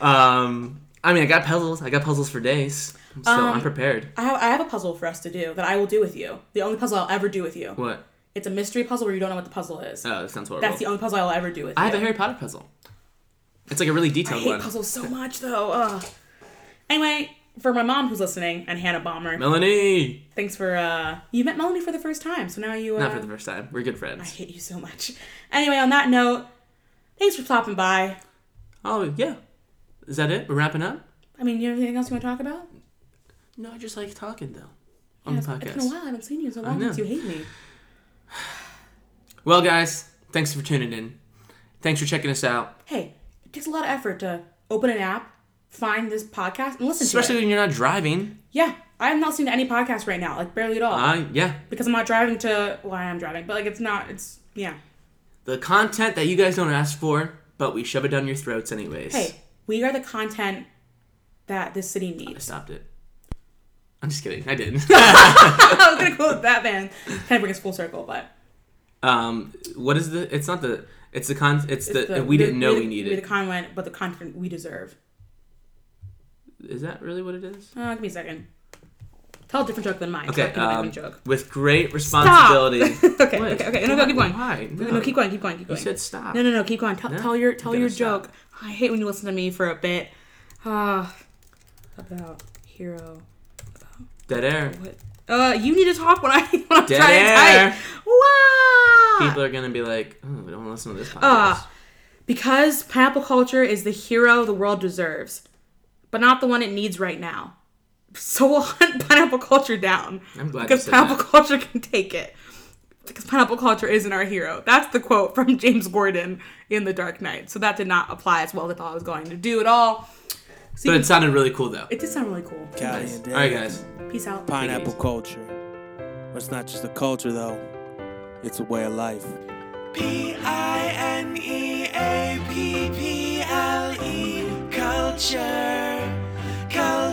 [SPEAKER 1] Um, I mean, I got puzzles. I got puzzles for days,
[SPEAKER 2] Um,
[SPEAKER 1] so I'm prepared.
[SPEAKER 2] I have I have a puzzle for us to do that I will do with you. The only puzzle I'll ever do with you.
[SPEAKER 1] What?
[SPEAKER 2] It's a mystery puzzle where you don't know what the puzzle is.
[SPEAKER 1] Oh, that sounds horrible.
[SPEAKER 2] That's the only puzzle I'll ever do with
[SPEAKER 1] I
[SPEAKER 2] you.
[SPEAKER 1] have a Harry Potter puzzle. It's like a really
[SPEAKER 2] I
[SPEAKER 1] detailed
[SPEAKER 2] hate
[SPEAKER 1] one.
[SPEAKER 2] puzzles so much though. Ugh. Anyway, for my mom who's listening and Hannah Bomber,
[SPEAKER 1] Melanie!
[SPEAKER 2] thanks for uh you met Melanie for the first time, so now you uh,
[SPEAKER 1] Not for the first time. We're good
[SPEAKER 2] I
[SPEAKER 1] friends.
[SPEAKER 2] hate you so much. Anyway, on that note, thanks for stopping by.
[SPEAKER 1] Oh, yeah. Is that it? We're wrapping up?
[SPEAKER 2] I mean, you have anything else you want to talk about?
[SPEAKER 1] No, I just like talking, though, on
[SPEAKER 2] Yeah,
[SPEAKER 1] the
[SPEAKER 2] it's- It's been a
[SPEAKER 1] podcast.
[SPEAKER 2] while. I haven't seen you in so long since
[SPEAKER 1] know.
[SPEAKER 2] you hate me.
[SPEAKER 1] Well, guys, thanks for tuning in. Thanks for checking us out.
[SPEAKER 2] Hey, it takes a lot of effort to open an app, find this podcast, and listen
[SPEAKER 1] Especially
[SPEAKER 2] to it.
[SPEAKER 1] when you're not driving.
[SPEAKER 2] Yeah, I'm not listening to any podcast right now, like barely at all,
[SPEAKER 1] Uh, yeah.
[SPEAKER 2] because I'm not driving to. Well, I am driving, but like it's not. It's yeah.
[SPEAKER 1] The content that you guys don't ask for, but we shove it down your throats anyways.
[SPEAKER 2] Hey, we are the content that this city
[SPEAKER 1] I
[SPEAKER 2] needs.
[SPEAKER 1] stopped it. I'm just kidding. I didn't.
[SPEAKER 2] I was gonna quote that man. Kind of bring us full circle, but
[SPEAKER 1] um, what is the? It's not the. It's the con. It's,
[SPEAKER 2] it's
[SPEAKER 1] the, We didn't know
[SPEAKER 2] the-
[SPEAKER 1] we
[SPEAKER 2] We're
[SPEAKER 1] needed.
[SPEAKER 2] the content, but the content we deserve.
[SPEAKER 1] is that really what it is?
[SPEAKER 2] Uh, give me a second. Tell a different joke than mine.
[SPEAKER 1] Okay.
[SPEAKER 2] Stop thinking about
[SPEAKER 1] Um,
[SPEAKER 2] my joke.
[SPEAKER 1] with great responsibility.
[SPEAKER 2] Stop. okay,
[SPEAKER 1] What?
[SPEAKER 2] okay, okay. No, no, keep going.
[SPEAKER 1] Why? No.
[SPEAKER 2] No, keep going, keep going, keep going.
[SPEAKER 1] You said stop.
[SPEAKER 2] No, no, no. Keep going. Tell,
[SPEAKER 1] No?
[SPEAKER 2] tell your
[SPEAKER 1] You
[SPEAKER 2] tell
[SPEAKER 1] gotta
[SPEAKER 2] your
[SPEAKER 1] stop.
[SPEAKER 2] joke. I hate when you listen to me for a bit. Ah, about hero.
[SPEAKER 1] Dead air.
[SPEAKER 2] What? Uh, you need to talk when I when I'm
[SPEAKER 1] Dead
[SPEAKER 2] trying
[SPEAKER 1] air.
[SPEAKER 2] to type. Wow.
[SPEAKER 1] People are gonna be like, oh, we don't want to listen to this podcast.
[SPEAKER 2] Ah. because pineapple culture is the hero the world deserves, but not the one it needs right now. So we'll hunt pineapple culture down.
[SPEAKER 1] I'm glad you
[SPEAKER 2] because
[SPEAKER 1] said
[SPEAKER 2] pineapple
[SPEAKER 1] that.
[SPEAKER 2] culture can take it. Because pineapple culture isn't our hero. That's the quote from James Gordon in The Dark Knight. So that did not apply as well as I thought I was going to do at all. So
[SPEAKER 1] but
[SPEAKER 2] you
[SPEAKER 1] it sounded really cool though.
[SPEAKER 2] can- it did sound really cool.
[SPEAKER 1] Nice. All right, guys.
[SPEAKER 2] Peace out.
[SPEAKER 1] Pineapple
[SPEAKER 3] Pineapple culture. It's not just a culture, though, it's a way of life.
[SPEAKER 4] P I N E A P P L E culture,